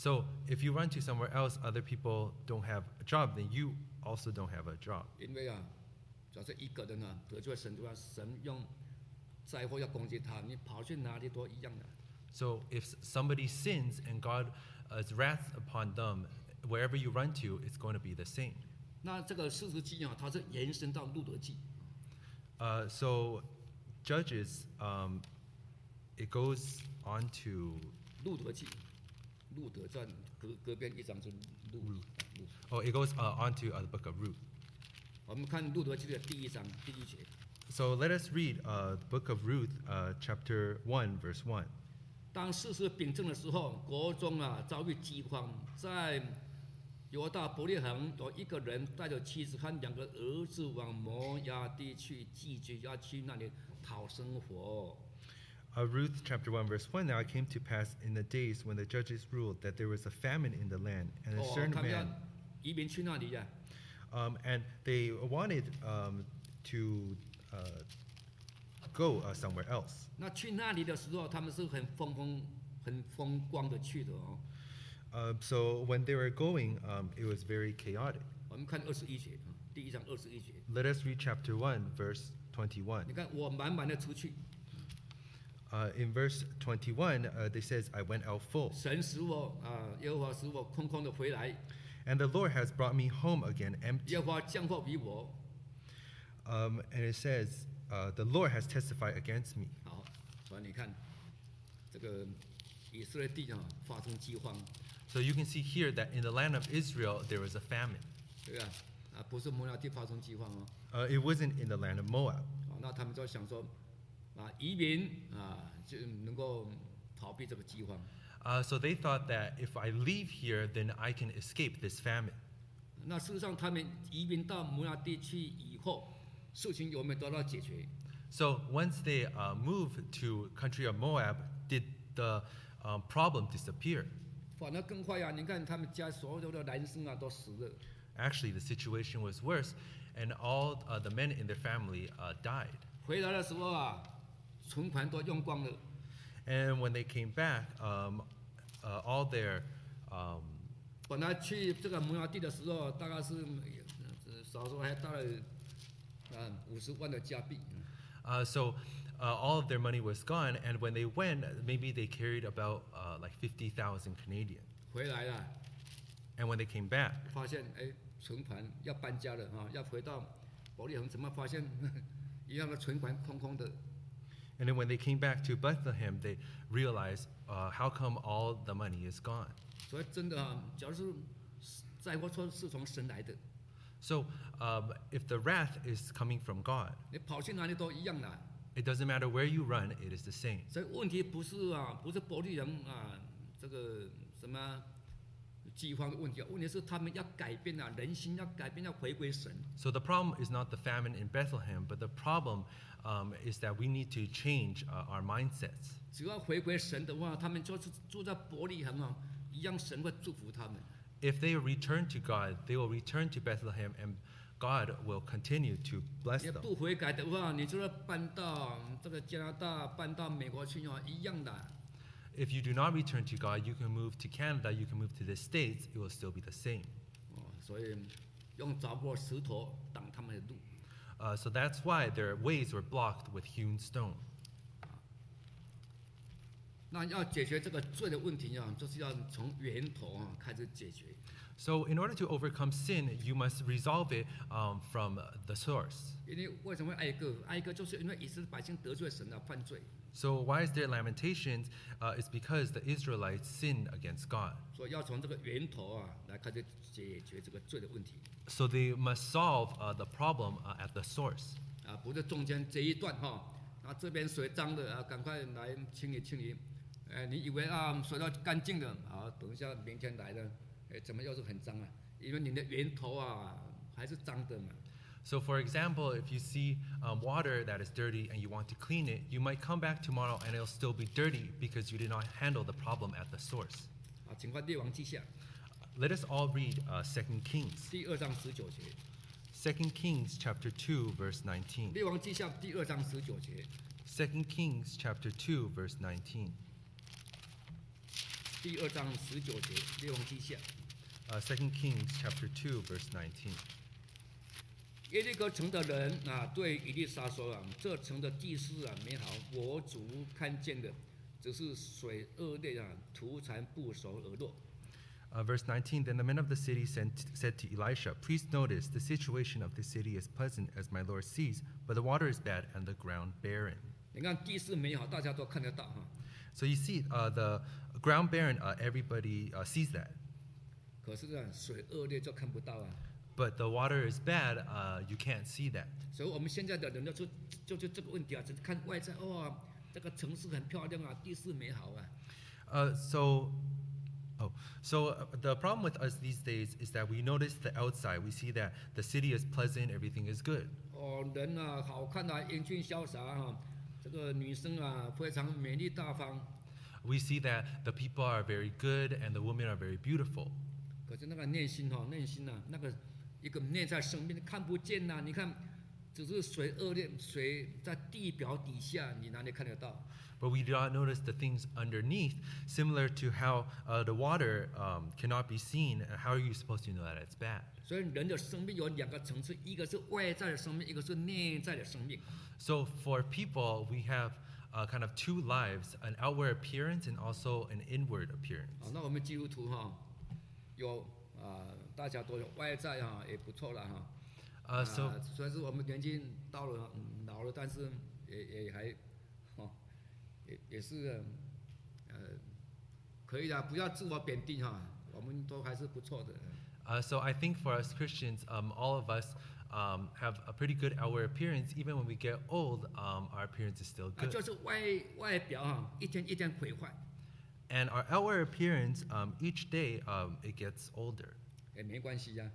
S2: So, if you run to somewhere else, other people don't have a job, then you also don't have a job.
S1: 因为啊，主要是一个人啊得罪神的话，神用灾祸要攻击他，你跑去哪里都一样的。
S2: So, if s- somebody sins and God's wrath upon them, wherever you run to, it's going to be the same.
S1: 那这个四十记啊，它是延伸到路德记，
S2: Uh, so, Judges, um, it goes on to,
S1: 路德记，路德传隔隔边一章是路路。
S2: oh, it goes uh, on to uh, the book of Ruth.
S1: 我们看路德记的第一章第一节，
S2: So, let us read uh, the book of Ruth, uh, chapter 1, verse 1.
S1: 当世事秉政的时候，国中啊遭遇饥荒，在犹大伯利恒有一个人带着妻子和两个儿子往摩崖地去寄居，要去那里讨生活。
S2: Uh, Ruth chapter 1, verse 1 Now it came to pass in the days when the judges ruled that there was a famine in the land, and a
S1: 哦，
S2: certain
S1: 他们要
S2: man,
S1: 移民去那里呀、
S2: um, and they wanted um, to uh, go uh, somewhere else.
S1: 那去那里的时候，他们是很风风很风光的去的哦。
S2: Um, so when they were going, um, it was very chaotic.
S1: 我们看二十一节啊，第一章二十一节，
S2: Let us read chapter 1, verse 21.
S1: 你看我满满的出去，
S2: Uh, in verse 21, uh, they says, I went out full,
S1: 神使我啊、耶和华使我空空的回来，
S2: and the Lord has brought me home again empty.
S1: 耶和华降祸于我。
S2: Um, and it says, uh, the Lord has testified against me.
S1: 好，所以你看，这个以色列地啊发生饥荒，
S2: So you can see here that in the land of Israel, there was a famine.
S1: 对吧？啊，不是摩崖地发生饥荒哦。
S2: Uh, it wasn't in the land of Moab.
S1: 啊，那他们就想说，啊，移民啊就能够逃避这个饥荒。
S2: Uh, so they thought that if I leave here, then I can escape this famine.
S1: 那事实上，他们移民到摩崖地区以后，事情有没有得到解决？
S2: So once they uh, moved to country of Moab, did the um, problem disappear?
S1: 反而更坏啊！你看他们家所有的男生啊都死了，
S2: Actually, the situation was worse, and all uh, the men in their family uh, died.
S1: 回来的时候啊，存款都用光了，
S2: And when they came back, um, uh, all their um,
S1: 本来去这个摩崖地的时候，大概是呃少说还带了啊五十万的加币，
S2: Uh, so uh, all of their money was gone, and when they went, maybe they carried about uh, like 50,000 Canadian.
S1: 回来了
S2: And when they came back,
S1: 发现哎存款要搬家了啊，要回到保利恒，怎么发现 [laughs] 一样的存款空空的？
S2: and then when they came back to Bethlehem, they realized uh, how come all the money is gone.
S1: 所以真的啊，假如是灾祸说是从神来的，
S2: So um, if the wrath is coming from God,
S1: 你跑去哪里都一样啊啦。
S2: it doesn't matter where you run, it is the same.
S1: 所以问题不是啊，不是伯利人啊，这个什么啊饥荒的问题啊，问题是他们要改变啊，人心要改变，要回归神。
S2: So the problem is not the famine in Bethlehem, but the problem um, is that we need to change uh, our mindsets.
S1: 只要回归神的话，他们就是住在伯利恒啊，一样神会祝福他们。
S2: If they return to God, they will return to Bethlehem and God will continue to bless
S1: 也
S2: them.
S1: 不悔改的话，你就是搬到这个加拿大、搬到美国去啊，一样的。
S2: If you do not return to God, you can move to Canada, you can move to the States, it will still be the same.
S1: 哦，所以用凿破石头挡他们的路。
S2: Uh, so that's why their ways were blocked with hewn stone.
S1: 那要解决这个罪的问题啊，就是要从源头啊开始解决。
S2: So, in order to overcome sin, you must resolve it um, from the source.
S1: 因为为什么会哀歌？哀歌就是因为以色列百姓得罪神啊，犯罪，
S2: So, why is there lamentations? Uh, it's because the Israelites sinned against God.
S1: 所以要从这个源头啊来开始解决这个罪的问题
S2: So, they must solve uh, the problem uh, at the source.
S1: 啊，不是中间这一段哈、那这边水脏的啊，赶快来清理清理。哎，你以为啊水到干净了啊，等一下明天来了，哎，怎么又是很脏啊？因为你的源头啊还是脏的嘛。
S2: So, for example, if you see um, water that is dirty and you want to clean it, you might come back tomorrow and it'll still be dirty because you did not handle the problem at the source.
S1: 啊，请看《列王记下》
S2: Let us all read uh, 2 Kings.
S1: 第二章十九节，
S2: 2 Kings chapter 2 verse
S1: 《
S2: 19.
S1: 列王记下》第二章十九节，
S2: 2 Kings chapter 2 verse 19.
S1: 第二章十九节，《列王记下》。
S2: Uh, 2 Kings chapter 2 verse 19.
S1: 耶利哥城的人啊，对以利沙说啊：“这城的地势啊美好，我族看见的，只是水恶劣啊，土产不熟而落。
S2: Uh, verse 19 Then the men of the city sent, said to Elisha, Please notice, the situation of the city is pleasant as my Lord sees, but the water is bad and the ground barren. ”
S1: 你看地势美好，大家都看得到哈、
S2: So you see, uh, the ground barren, uh, everybody uh, sees that.
S1: 可是呢，水恶劣就看不到啊。
S2: But the water is bad, uh, you can't see that.
S1: 所以我们现在的人呢，就就就这个问题啊，只是看外在，哇、这个城市很漂亮啊，地势美好啊。
S2: Uh, so, oh, so uh, the problem with us these days is that we notice the outside. We see that the city is pleasant, everything is good.
S1: 哦，人啊，好看啊，英俊潇洒啊，这个女生啊，非常美丽大方。
S2: We see that the people are very good and the women are very beautiful.
S1: 可是那个内心哦，内心呐、啊，那个一个内在生命看不见呐、你看，只是水恶劣，水在地表底下，你哪里看得到？
S2: But we do not notice the things underneath, similar to how uh, the water um, cannot be seen. How are you supposed to know that it's bad?
S1: 所以人的生命有两个层次，一个是外在的生命，一个是内在的生命。
S2: So for people, we have uh, kind of two lives: an outward appearance and also an inward appearance.
S1: 啊，那我们基督徒哈、有啊、大家都有外在哈、也不错了哈。Oh,
S2: Uh, so
S1: 啊虽然是我们年纪到了、嗯老了，但是也也还， [laughs] 哦，也也是，呃，可以的，不要自我贬低哈，我们都还是不错的。
S2: uh, so I think for us Christians, um, all of us um, have a pretty good outward appearance. Even when we get old, um, our appearance is still
S1: 啊，
S2: good,
S1: 就是外外表哈，一天一天毁坏，
S2: and our outward appearance um, each day um, it gets older,
S1: 也没关系呀、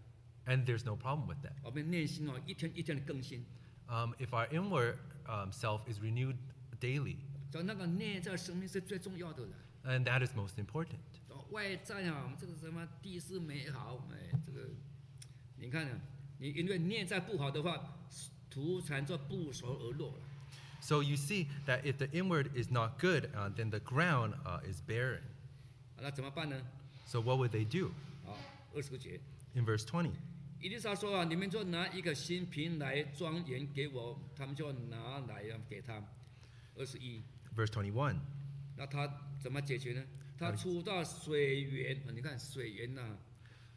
S2: and there's no problem with that.
S1: 我们内心哦，一天一天的更新，
S2: Um, if our inward um, self is renewed daily,
S1: 所以那个内在生命是最重要的了。
S2: and that is most important.
S1: 哦外在啊，我们这个什么地势美好，哎，这个你看啊，你因为内在不好的话，土产就不熟而落了。
S2: So you see that if the inward is not good, uh, then the ground uh, is barren.
S1: 啊那怎么办呢？
S2: So what would they do?
S1: 啊，二十个节，
S2: In verse 20,
S1: 伊丽莎说啊，你们就拿一个新瓶来装盐给我，他们就拿来啊给他。二十一，
S2: verse 21.
S1: 那他怎么解决呢？他出到水源，啊你看水源呐、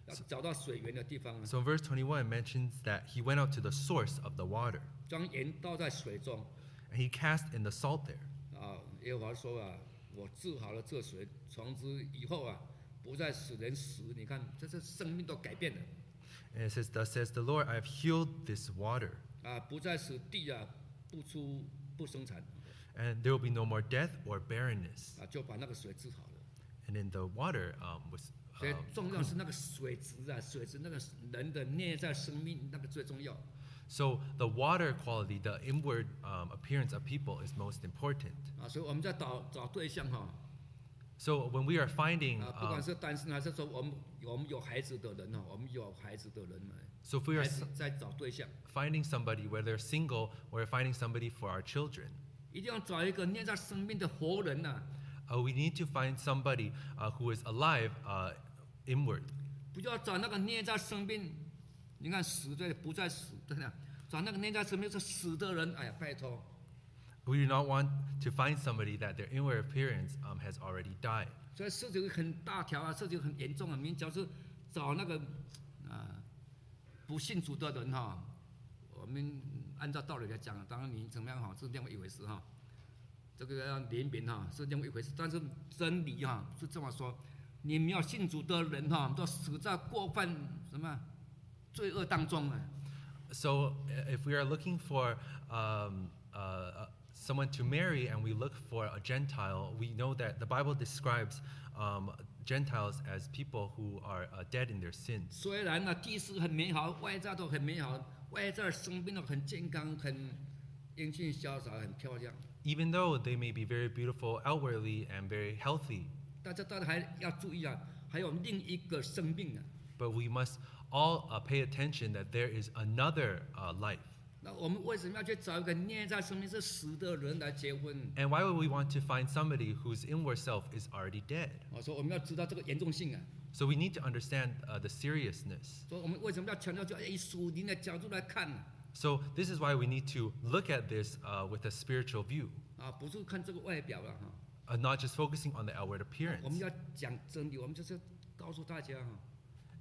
S1: 要找到水源的地方啊，
S2: So verse 21 mentions that he went out to the source of the water
S1: 将盐倒在水中。
S2: and he cast in the salt there.
S1: 啊，耶和华说啊，我治好了这水，从此以后啊，不再使人死。你看，这是生命都改变了
S2: And it says, Thus says the Lord, I have healed this water,
S1: 啊，不再使地啊不出不生产
S2: and there will be no more death or barrenness.
S1: 啊，就把那个水治好了。
S2: And then the water um, was.
S1: 所以
S2: um,
S1: 重要是那个水质啊，水质那个人的内在生命那个最重要。
S2: so the water quality, the inward um, appearance of people is most important.
S1: 啊，所以我们在找找对象哈、
S2: So when we are finding,
S1: 啊，不
S2: um,
S1: 管是单身还是说我们我们有孩子的人哈、我们有孩子的人呢，
S2: so if we are
S1: 还
S2: s-
S1: 是在找对象，
S2: finding somebody, whether single or finding somebody for our children,
S1: 一定要找一个内在生命的活人呐、
S2: uh, we need to find somebody uh, who is alive uh, inward.
S1: 不要找那个内在生病，你看死对不再死对了，找那个内在生病是死的人，哎呀，拜托，
S2: We do not want to find somebody that their inward appearance um, has already died.
S1: 所以事情很大条啊，事情很严重啊。你假如是找那个呃不信主的人哈、我们按照道理来讲，当然你怎么样哈、是另外一回事哈、这个要怜悯哈、是另外一回事，但是真理哈、是这么说：你没有信主的人哈、都死在过犯什么罪恶当中啊。
S2: So i- if we are looking for um, uh, uh, someone to marry and we look for a Gentile, we know that the Bible describes um, Gentiles as people who are uh, dead in their sins.
S1: 虽然呢，地势很美好，外在都很美好，外在生病了很健康，很英俊潇洒，很漂亮，
S2: Even though they may be very beautiful outwardly and very healthy,
S1: 大家当然还要注意啊，还有另一个生命啊。
S2: but we must all uh, pay attention that there is another uh, life.
S1: 那我们为什么要去找一个内在生命是死的人来结婚？
S2: And why would we want to find somebody whose inward self is already dead?
S1: 我哦说我们要知道这个严重性啊，
S2: So we need to understand uh, the seriousness.
S1: 所以我们为什么要强调就以属灵的角度来看啊
S2: So this is why we need to look at this uh, with a spiritual view,
S1: 啊，不是看这个外表了啊哈。
S2: uh, not just focusing on the outward
S1: 我们
S2: appearance.
S1: 要讲真理，我们就是告诉大家哈，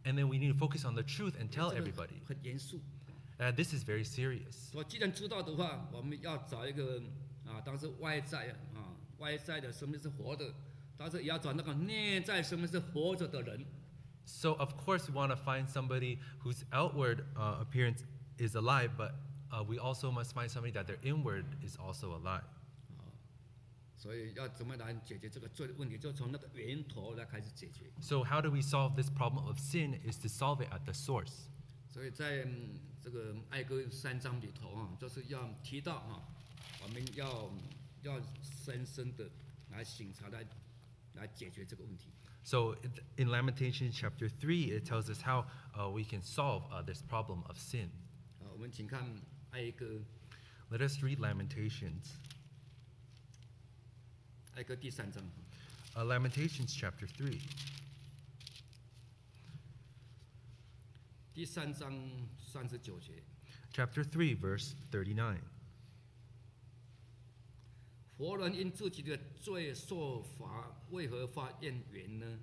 S2: And then we need to focus on the truth and tell
S1: 这个
S2: everybody
S1: 很严肃。
S2: that this is very serious.
S1: 所以既然知道的话，我们要找一个啊，当时外在啊，外在的生命是活的，但是也要找那个内在生命是活着的人。
S2: So of course we want to find somebody whose outward uh, appearance is alive, but uh, we also must find somebody that their inward is also alive.
S1: 所以要怎么来解决这个罪的问题，就从那个源头来开始解决。
S2: So how do we solve this problem of sin? Is to solve it at the source.
S1: 所以在嗯这个爱歌三章里头啊，就是要提到啊，我们要要深深的来醒察来来解决这个问题。
S2: So it- in Lamentations chapter three, it tells us how uh, we can solve uh, this problem of sin.
S1: 啊，我们请看爱歌
S2: Let us read Lamentations.
S1: 爱歌第三章。
S2: Uh, Lamentations chapter 3.
S1: 第三章三十九节，
S2: Chapter 3, verse 39.
S1: 活人因自己的罪受罚，为何发怨言呢？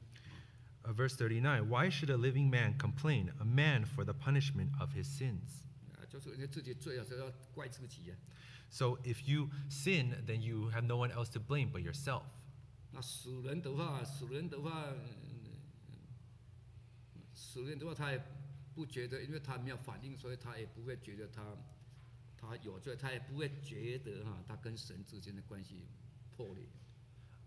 S2: Uh, verse 39 Why should a living man complain, a man for the punishment of his sins?
S1: 啊，就是因为自己罪啊，所以要怪自己啊。
S2: So if you sin, then you have no one else to blame but yourself.
S1: 那死人的话，死人的话，嗯死人的话，他也不觉得，因为他没有反应，所以他也不会觉得他他有罪，他也不会觉得哈、他跟神之间的关系破裂。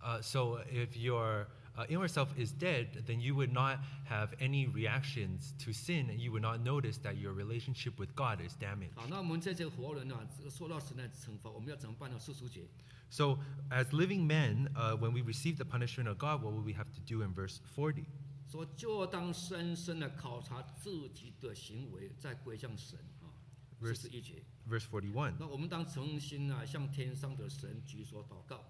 S2: Uh, so if your uh, inner self is dead, then you would not have any reactions to sin, and you would not notice that your relationship with God is damaged.
S1: 好，那我们这些活人啊，这个受到神的惩罚，我们要怎么办呢？四十节，
S2: So as living men, uh, when we receive the punishment of God, what will we have to do in verse 40?
S1: 说就当深深的考察自己的行为，再归向神啊。四
S2: Verse
S1: 十一节，
S2: Verse 41.
S1: 那我们当诚心啊，向天上的神举手祷告。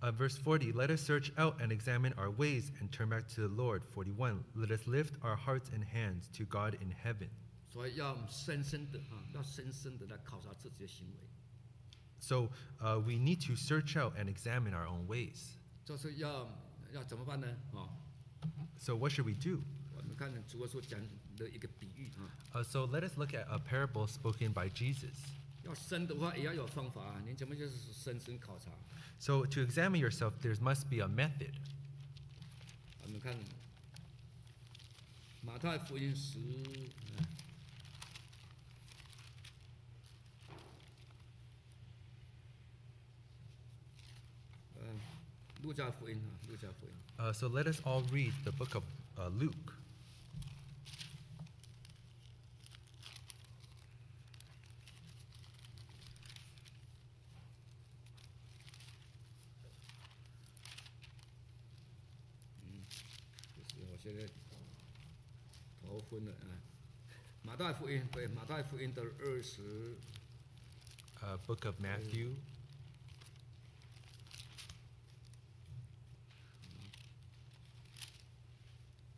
S2: Uh, verse 40 Let us search out and examine our ways and turn back to the Lord. 41 Let us lift our hearts and hands to God in heaven.
S1: 所以要深深的啊，要深深的来考察自己的行为，
S2: So uh, we need to search out and examine our own ways.
S1: 就是要要怎么办呢？啊，
S2: So, what should we do?
S1: 我们看主耶稣讲的一个比喻啊，
S2: Uh, so, let us look at a parable spoken by Jesus.
S1: 要深的话也要有方法啊，你怎么就是深深考察？
S2: So, to examine yourself, there must be a method.
S1: 我们看马太福音十，呃呃，路加福音啊，路加福音。
S2: Uh, so, let us all read the book of uh, Luke.
S1: 嗯就是我现在头昏了啊。马太福音对，马太福音的二十
S2: Uh, book of Matthew.
S1: 啊，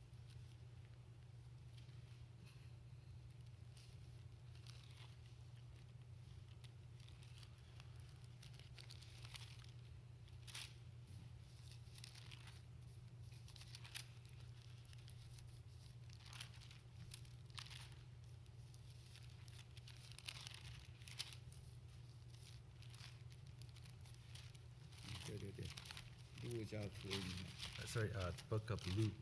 S1: 家福音，
S2: uh, sorry, uh, book of Luke.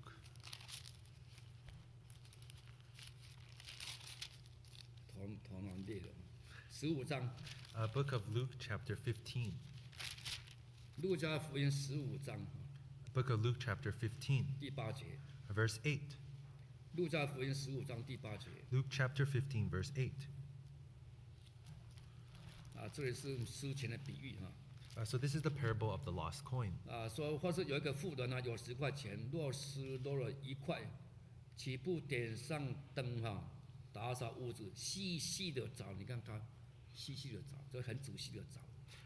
S1: 同同南列的啊十五章，
S2: Uh, book of Luke, chapter 15.
S1: 路加福音十五章啊
S2: Book of Luke, chapter 15,
S1: 第八节，
S2: verse 8.
S1: 路加福音十五章第八节
S2: Luke, chapter 15, verse 8.
S1: 啊，这里是苏钱的比喻啊。
S2: Uh, so this is the parable of the lost coin.
S1: 啊，说或是有一个富人呢、啊有十块钱，若失落了一块，岂不点上灯哈、打扫屋子，细细的找，你看他，细细的找，就很仔细的找。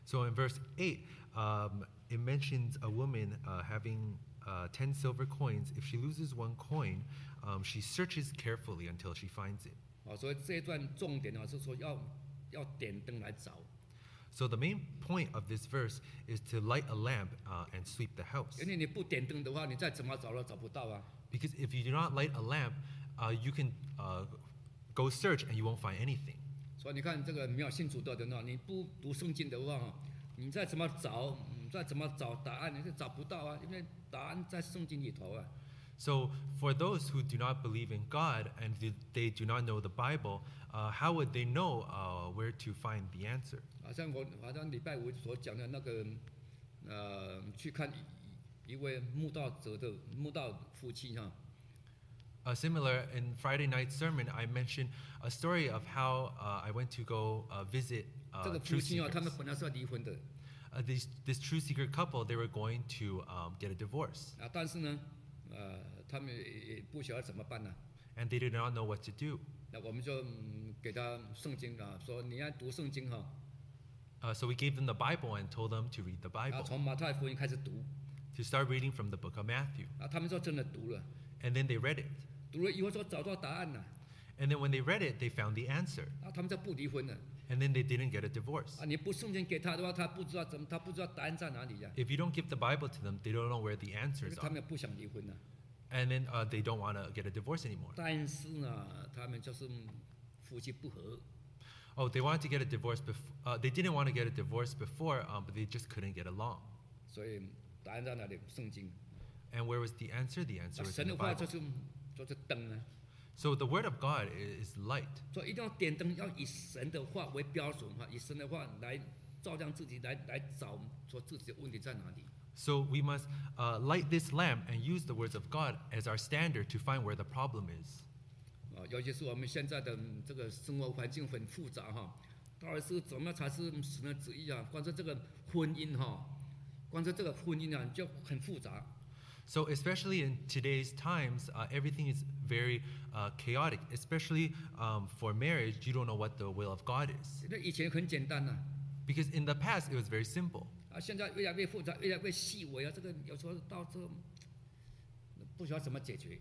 S2: So in verse 8, um, it mentions a woman uh, having uh, 10 silver coins. If she loses one coin, um, she searches carefully until she finds it.
S1: 啊，所以这一段重点呢、啊是说要要点灯来找，
S2: So the main point of this verse is to light a lamp uh, and sweep the house.
S1: 因为你不点灯的话，你再怎么找都找不到啊。
S2: Because if you do not light a lamp, uh, you can uh, go search and you won't find anything.
S1: 所以你看这个没有信主的人呢、你不读圣经的话啊，你再怎么找，你再怎么找答案，你是找不到啊，因为答案在圣经里头啊。
S2: So for those who do not believe in God and th- they do not know the Bible, uh, how would they know uh, where to find the answer?
S1: 好像我好像礼拜五所讲的那个，呃，去看一一位慕道者的慕道夫妻哈、
S2: Uh, similar in Friday night's sermon, I mentioned a story of how uh, I went to go uh, visit
S1: 这
S2: uh,
S1: 个夫
S2: truth
S1: 妻啊，
S2: seekers.
S1: 他们本来是要离婚的
S2: Uh, these, this true seeker couple, they were going to um, get a divorce,
S1: 啊，但是呢，呃，他们也也不晓得怎么办呢、啊
S2: and they did not know what to do.
S1: 那我们就、嗯给他圣经啊，说你要读圣经哈、
S2: Uh, so we gave them the Bible and told them to read the
S1: 啊，
S2: Bible,
S1: 从马太福音开始读
S2: to start reading from the book of Matthew.
S1: 啊，他们就真的读了，
S2: And then they read it.
S1: 读了以后说找到答案了、
S2: And then when they read it, they found the answer.
S1: 啊，他们就不离婚了
S2: And then they didn't get a divorce.
S1: 啊，你不圣经给他的话，他不知道怎么，他不知道答案在哪里呀、
S2: If you don't give the Bible to them, they don't know where the
S1: 因为
S2: answers
S1: 他
S2: are.
S1: 们也不想离婚了、
S2: And then uh, they don't want to get a divorce anymore.
S1: 但是呢，他们就是夫妻不和
S2: Oh, they wanted to get a divorce before. Uh, they didn't want to get a divorce before, um, but they just couldn't get along.
S1: 所以答案在哪里？圣经，
S2: And where was the answer? The answer
S1: 那啊
S2: was
S1: 神的
S2: in the
S1: 话
S2: Bible.
S1: 就是就是灯啊，
S2: So the word of God i- is light.
S1: 所以一定要点灯，要以神的话为标准哈，以神的话来照亮自己，来来找说自己的问题在哪里。
S2: So we must uh, light this lamp and use the words of God as our standard to find where the problem is.
S1: 啊，尤其是我们现在的嗯这个生活环境很复杂哈，到底是怎么才是神的旨意啊？光是这个婚姻哈，光是这个婚姻啊就很复杂。
S2: So, especially in today's times, uh, everything is very uh, chaotic. Especially um, for marriage, you don't know what the will of God is.
S1: 那以前很简单呐、
S2: Because in the past, it was very simple.
S1: 啊，现在越来越复杂，越来越细微啊，这个有时候到这个不晓得怎么解决。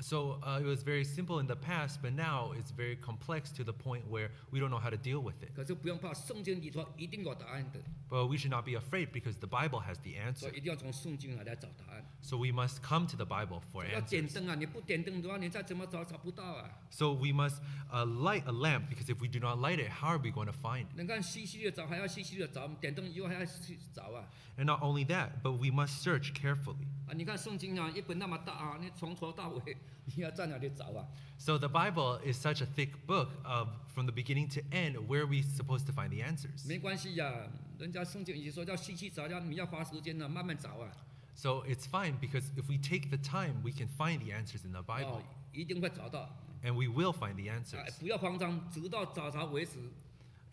S2: So, uh, it was very simple in the past, but now it's very complex to the point where we don't know how to deal with it.
S1: 可是不用怕，圣经里头一定有答案的，
S2: But we should not be afraid because the Bible has the
S1: 所
S2: answer.
S1: 以一定要从圣经来来找答案。
S2: So, we must come to the Bible for
S1: 要
S2: answers.
S1: 点灯啊，你不点灯的话，你再怎么找找不到啊。
S2: So, we must uh, light a lamp because if we do not light it, how are we going to find it?
S1: 能看细细的找，还要细细的找，点灯以后还要去找啊。
S2: And not only that, but we must search carefully.
S1: 啊，你看圣经啊，一本那么大啊，你从头到尾 [laughs] 你要在哪里找啊？
S2: So the Bible is such a thick book of from the beginning to end where are we supposed to find the answers.
S1: 没关系呀、人家圣经已经说要细细找，要你要花时间呢、慢慢找啊。
S2: So it's fine because if we take the time, we can find the answers in the
S1: 哦
S2: Bible，
S1: 一定会找到。
S2: and we will find the
S1: 哎
S2: answers.
S1: 不要慌张，直到找着为止。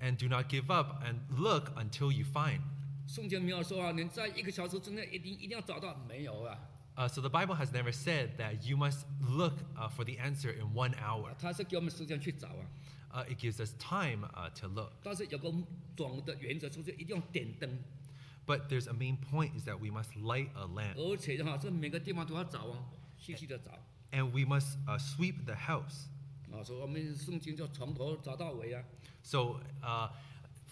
S2: And do not give up and look until you find.
S1: 圣经没有说啊，你在一个小时之内一定一定要找到，没有啊，
S2: Uh, so the Bible has never said that you must look uh, for the answer in one hour.
S1: 他是给我们时间去找啊。
S2: Uh, it gives us time uh, to look.
S1: 但是有个总的原则就是一定要点灯，
S2: But there's a main point is that we must light a lamp
S1: 而且哈、这每个地方都要找啊，细细的找。
S2: and we must uh, sweep the house.
S1: 啊，所以我们圣经就从头找到尾啊。
S2: So, uh,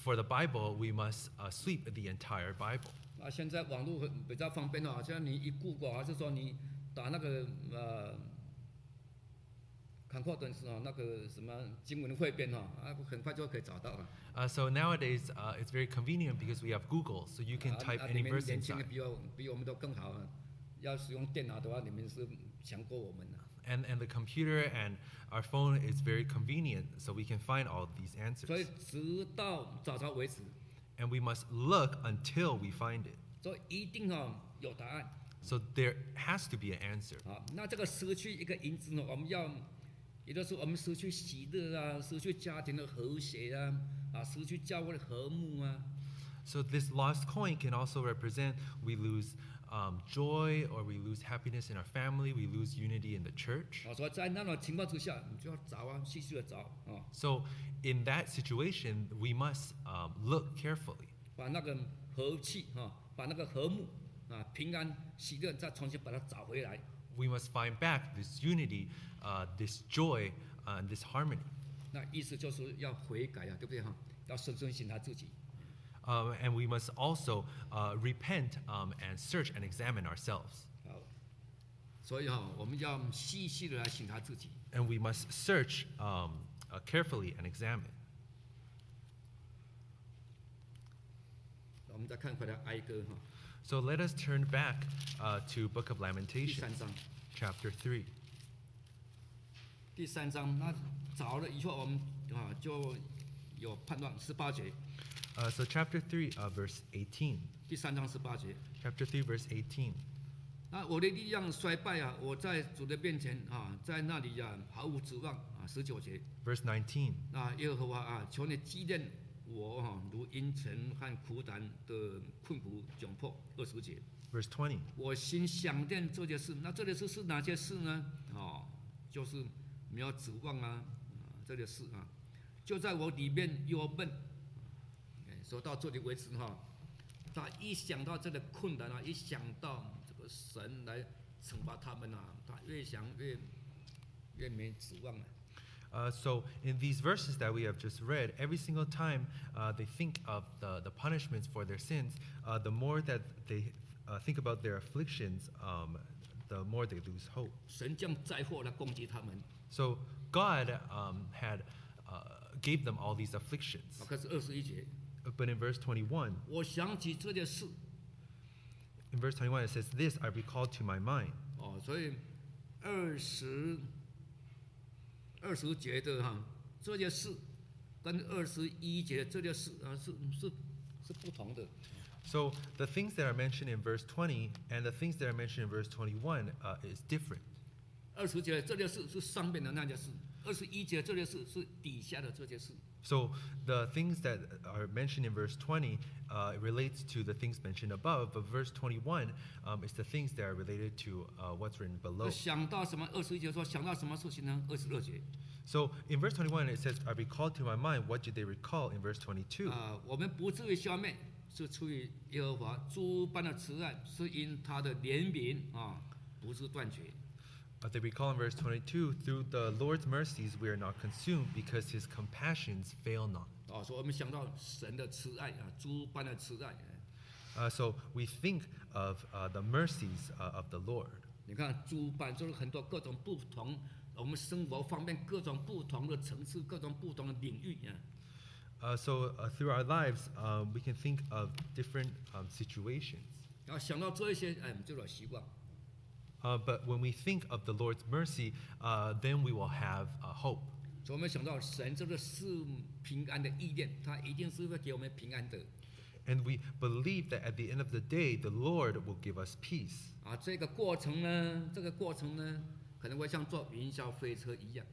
S2: for the Bible, we must uh, sweep the entire Bible.
S1: 啊，现在网络很比较方便啊，像你一 Google 啊还是说你打那个呃 concordance 哦，那个什么经文汇编哦，啊，很快就可以找到了。
S2: Uh, so nowadays, uh, it's very convenient because we have Google, so you can
S1: 啊
S2: type
S1: 啊
S2: any
S1: 你们
S2: verse
S1: 年轻的
S2: inside.
S1: 比我比我们都更好啊！要使用电脑的话，你们是强过我们的、
S2: And, and the computer and our phone is very convenient, so we can find all these
S1: 所以
S2: answers.
S1: 直到找着为止，
S2: And we must look until we find it.
S1: 所以一定哦有答案。
S2: So there has to be an answer.
S1: 好，啊那这个失去一个银子呢，我们要，也就是我们失去喜乐啊，失去家庭的和谐啊，啊，失去教会的和睦啊，
S2: So this lost coin can also represent we lose um, joy or we lose happiness in our family, we lose unity in the church.
S1: 啊，所以在那种情况之下，你就要找啊，细细的找啊，
S2: So in that situation, we must um, look carefully
S1: 把那个和气啊，把那个和睦啊，平安喜乐再重新把它找回来。
S2: we must find back this unity, uh, this joy, uh, and this harmony.
S1: 那意思就是要悔改啊，对不对哈？要深深省他自己。
S2: Um, and we must also uh, repent um, and search and examine ourselves.
S1: 好，所以哈、我们要细细的来省他自己。
S2: And we must search um, uh, carefully and examine.
S1: 我们再看回来哀歌哈、
S2: So let us turn back uh, to Book of
S1: 第
S2: Lamentations,
S1: 三章，
S2: chapter 3.
S1: 第三章那找了以后，我们啊就有判断十八节，
S2: Uh, so chapter 3, uh, verse 18.
S1: 第三章十八节。
S2: Chapter 3, verse 18.
S1: 那我的力量衰败啊，我在主的面前啊，在那里啊毫无指望啊。十九节，
S2: Verse 19.
S1: 那耶和华啊，求你纪念我啊，如阴沉和苦难的困苦窘迫。二十节。
S2: Verse 20.
S1: 我心想念这件事，那这件事是哪些事呢？哦，就是没有指望啊，啊这件事啊，就在我里面忧闷。哎，说到这里为止哈、他一想到这个困难啊，一想到这个神来惩罚他们啊，他越想越越没指望啊了、
S2: Uh, so in these verses that we have just read, every single time uh, they think of the, the punishments for their sins, uh, the more that they uh, think about their afflictions, um, the more they lose hope.
S1: 神将灾祸来攻击他们
S2: So God um, had uh, gave them all these afflictions.
S1: 啊。可是二十一节，
S2: But in verse 21,
S1: 我想起这件事
S2: in verse 21 it says, "This I recall to my mind."
S1: 哦，所以二十二十节的哈、这件事跟二十一节的这件事啊是是是不同的。
S2: So the things that are mentioned in verse 20 and the things that are mentioned in verse 21 uh, is different.
S1: 二十节的这件事是上面的那件事，二十一节的这件事是底下的这件事。
S2: So the things that are mentioned in verse 20 uh, relates to the things mentioned above, but verse 21 um, is the things that are related to uh, what's written
S1: 那
S2: below.
S1: 想到什么？二十一节说想到什么事情呢？二十二节
S2: So in verse 21 it says, "I recalled to my mind." What did they recall in verse 22?
S1: 啊、我们不至于消灭，是出于耶和华诸般的慈爱，是因他的怜悯啊，不是断绝。
S2: But they recall in verse 22, "Through the Lord's mercies we are not consumed, because His compassions fail not."
S1: 啊，所以我们想到神的慈爱啊，诸般的慈爱。哎
S2: Uh, so we think of uh, the mercies uh, of the Lord.
S1: 你看，主板就是很多各种不同，我们生活方面各种不同的层次、各种不同的领域啊。
S2: Uh, so uh, through our lives, um, we can think of different um, situations.
S1: 然后想到这一些，哎，我们就有习惯。
S2: Uh, but when we think of the Lord's mercy, uh, then we will have uh, hope.
S1: 所以我们想到神这个是平安的意念，他一定是会给我们平安的
S2: And we believe that at the end of the day, the Lord will give us peace.
S1: 啊。这个过程呢，这个过程呢，可能会像坐云霄飞车一样，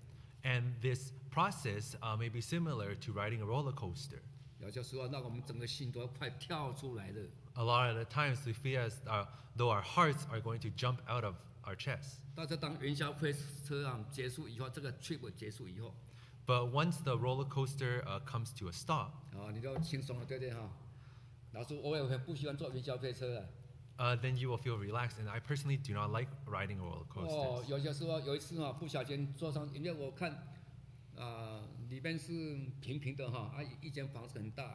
S2: And this process uh, may be similar to riding a roller coaster.
S1: 有些时候让我们整个心都快跳出来了。
S2: A lot of the times, we feel as uh, though our hearts are going to jump out of our chest.
S1: 但是当云霄飞车啊结束以后，这个 trip 结束以后，
S2: But once the roller coaster uh, comes to a stop,
S1: 啊，你就轻松了，对不对哈？老师，我也很不喜欢坐云霄飞车啊。
S2: uh, then you will feel relaxed. And I personally do not like riding roller
S1: 哦
S2: coasters.，
S1: 有些时候有一次啊，不小心坐上，因为我看，啊、里边是平平的哈，啊，一间房子很大，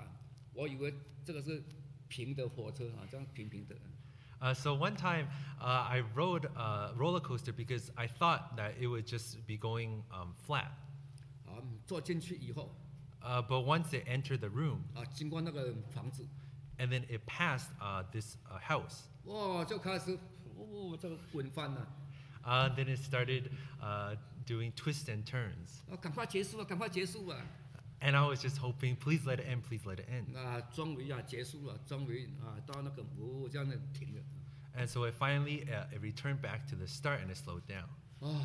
S1: 我以为这个是平的火车啊，这样平平的，
S2: Uh, so one time uh, I rode a roller coaster because I thought that it would just be going um, flat.
S1: 啊，坐进去以后
S2: Uh, but once it entered the room
S1: 啊，经过那个房子，
S2: and then it passed uh, this uh, house,
S1: 哇，就开始哦，这个滚翻了、
S2: uh, then it started uh, doing twists and turns.
S1: 啊，赶快结束啊，赶快结束啊！
S2: And I was just hoping, please let it end, please let it end.
S1: 啊，终于啊结束了，终于啊到那个哦这样的停了，
S2: And so it finally uh, it returned back to the start and it slowed down.
S1: 啊，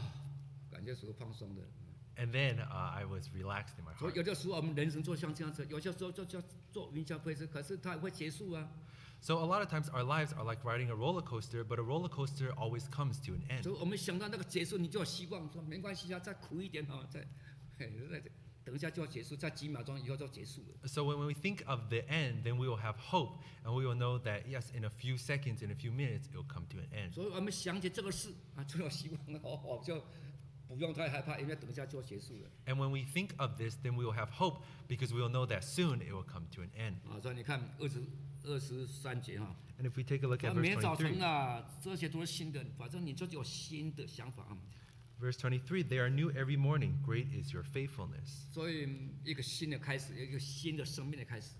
S1: 感觉是放松的。
S2: And then uh, I was relaxed in my
S1: 所
S2: heart.
S1: 以有的时候我们人生就像这样子，有些时候就叫坐云霄飞车，可是它也会结束啊。
S2: So a lot of times our lives are like riding a roller coaster, but a roller coaster always comes to an end.
S1: 所以我们想到那个结束，你就有希望说没关系啊，再苦一点啊，再嘿再等一下就要结束，在几秒钟以后就结束了。
S2: So when, when we think of the end, then we will have hope, and we will know that yes, in a few seconds, in a few minutes, it will come to an end.
S1: 所以我们想起这个事啊，就有希望了，哦，就不用太害怕，因为等一下就要结束了。
S2: And when we think of this, then we will have hope because we will know that soon it will come to an end.
S1: 啊，所以你看二十二十三节哈、
S2: And if we take a look
S1: 啊，
S2: at
S1: 每
S2: verse
S1: 天早晨
S2: 23,
S1: 啊，这些都是新的，反正你就有新的想法啊。
S2: verse 23, they are new every morning. Great is your faithfulness.
S1: 所以嗯一个新的开始，一个新的生命的开始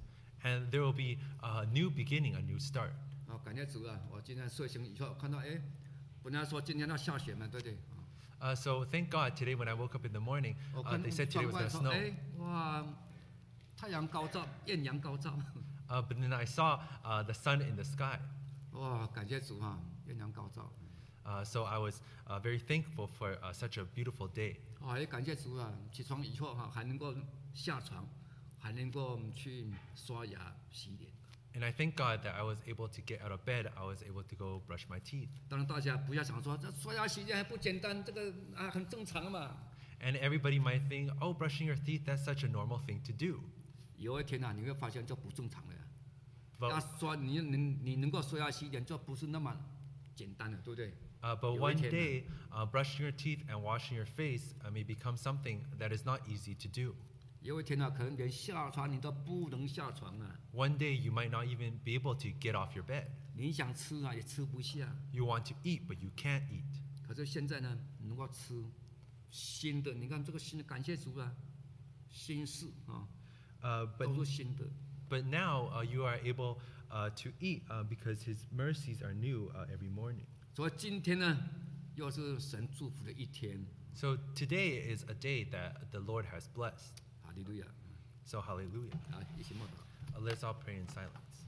S2: And there will be a new beginning, a new start.
S1: 啊！感谢主啊！我今天睡醒以后看到，哎，本来说今天要下雪嘛，对不对？啊
S2: Uh, so thank God today when I woke up in the morning,
S1: 我
S2: uh,
S1: 看
S2: they said today
S1: 窗
S2: was
S1: 外
S2: gonna
S1: 说，
S2: snow.
S1: 哎，哇，太阳高照，艳阳高照， [laughs]
S2: Uh, but then I saw uh, the sun in the sky.
S1: 哇！感谢主啊，艳阳高照，
S2: Uh, so I was uh, very thankful for uh, such a beautiful day.
S1: 啊，也感谢主啊！起床以后哈、还能够下床，还能够去刷牙洗脸。
S2: And I thank God that I was able to get out of bed. I was able to go brush my teeth.
S1: 当然，大家不要想说这刷牙洗脸还不简单，这个啊很正常嘛。
S2: And everybody might think, oh, brushing your teeth, that's such a normal thing to do.
S1: 有一天啊，你会发现就不正常了。要
S2: But,
S1: 刷你能你能够刷牙洗脸，就不是那么简单了，对不对？
S2: uh, but
S1: Yo
S2: one
S1: entiendo.
S2: day, uh, brushing your teeth and washing your face uh, may become something that is not easy to do.
S1: 有一天啊，可能连下床你都不能下床啊，
S2: One day, you might not even be able to get off your bed.
S1: 你想吃啊也吃不下。
S2: You want to eat, but you can't eat.
S1: 可是现在呢，能够吃新的，你看这个新的，感谢主啊，新事啊，
S2: Uh, but,
S1: 都是新的。
S2: but now uh, you are able uh, to eat uh, because His mercies are new uh, every morning.
S1: 所以今天呢，又是神祝福的一天，
S2: So today is a day that the Lord has blessed.
S1: 哈利路亚
S2: So hallelujah.
S1: 啊，一起默祷。
S2: Uh, let's all pray in silence.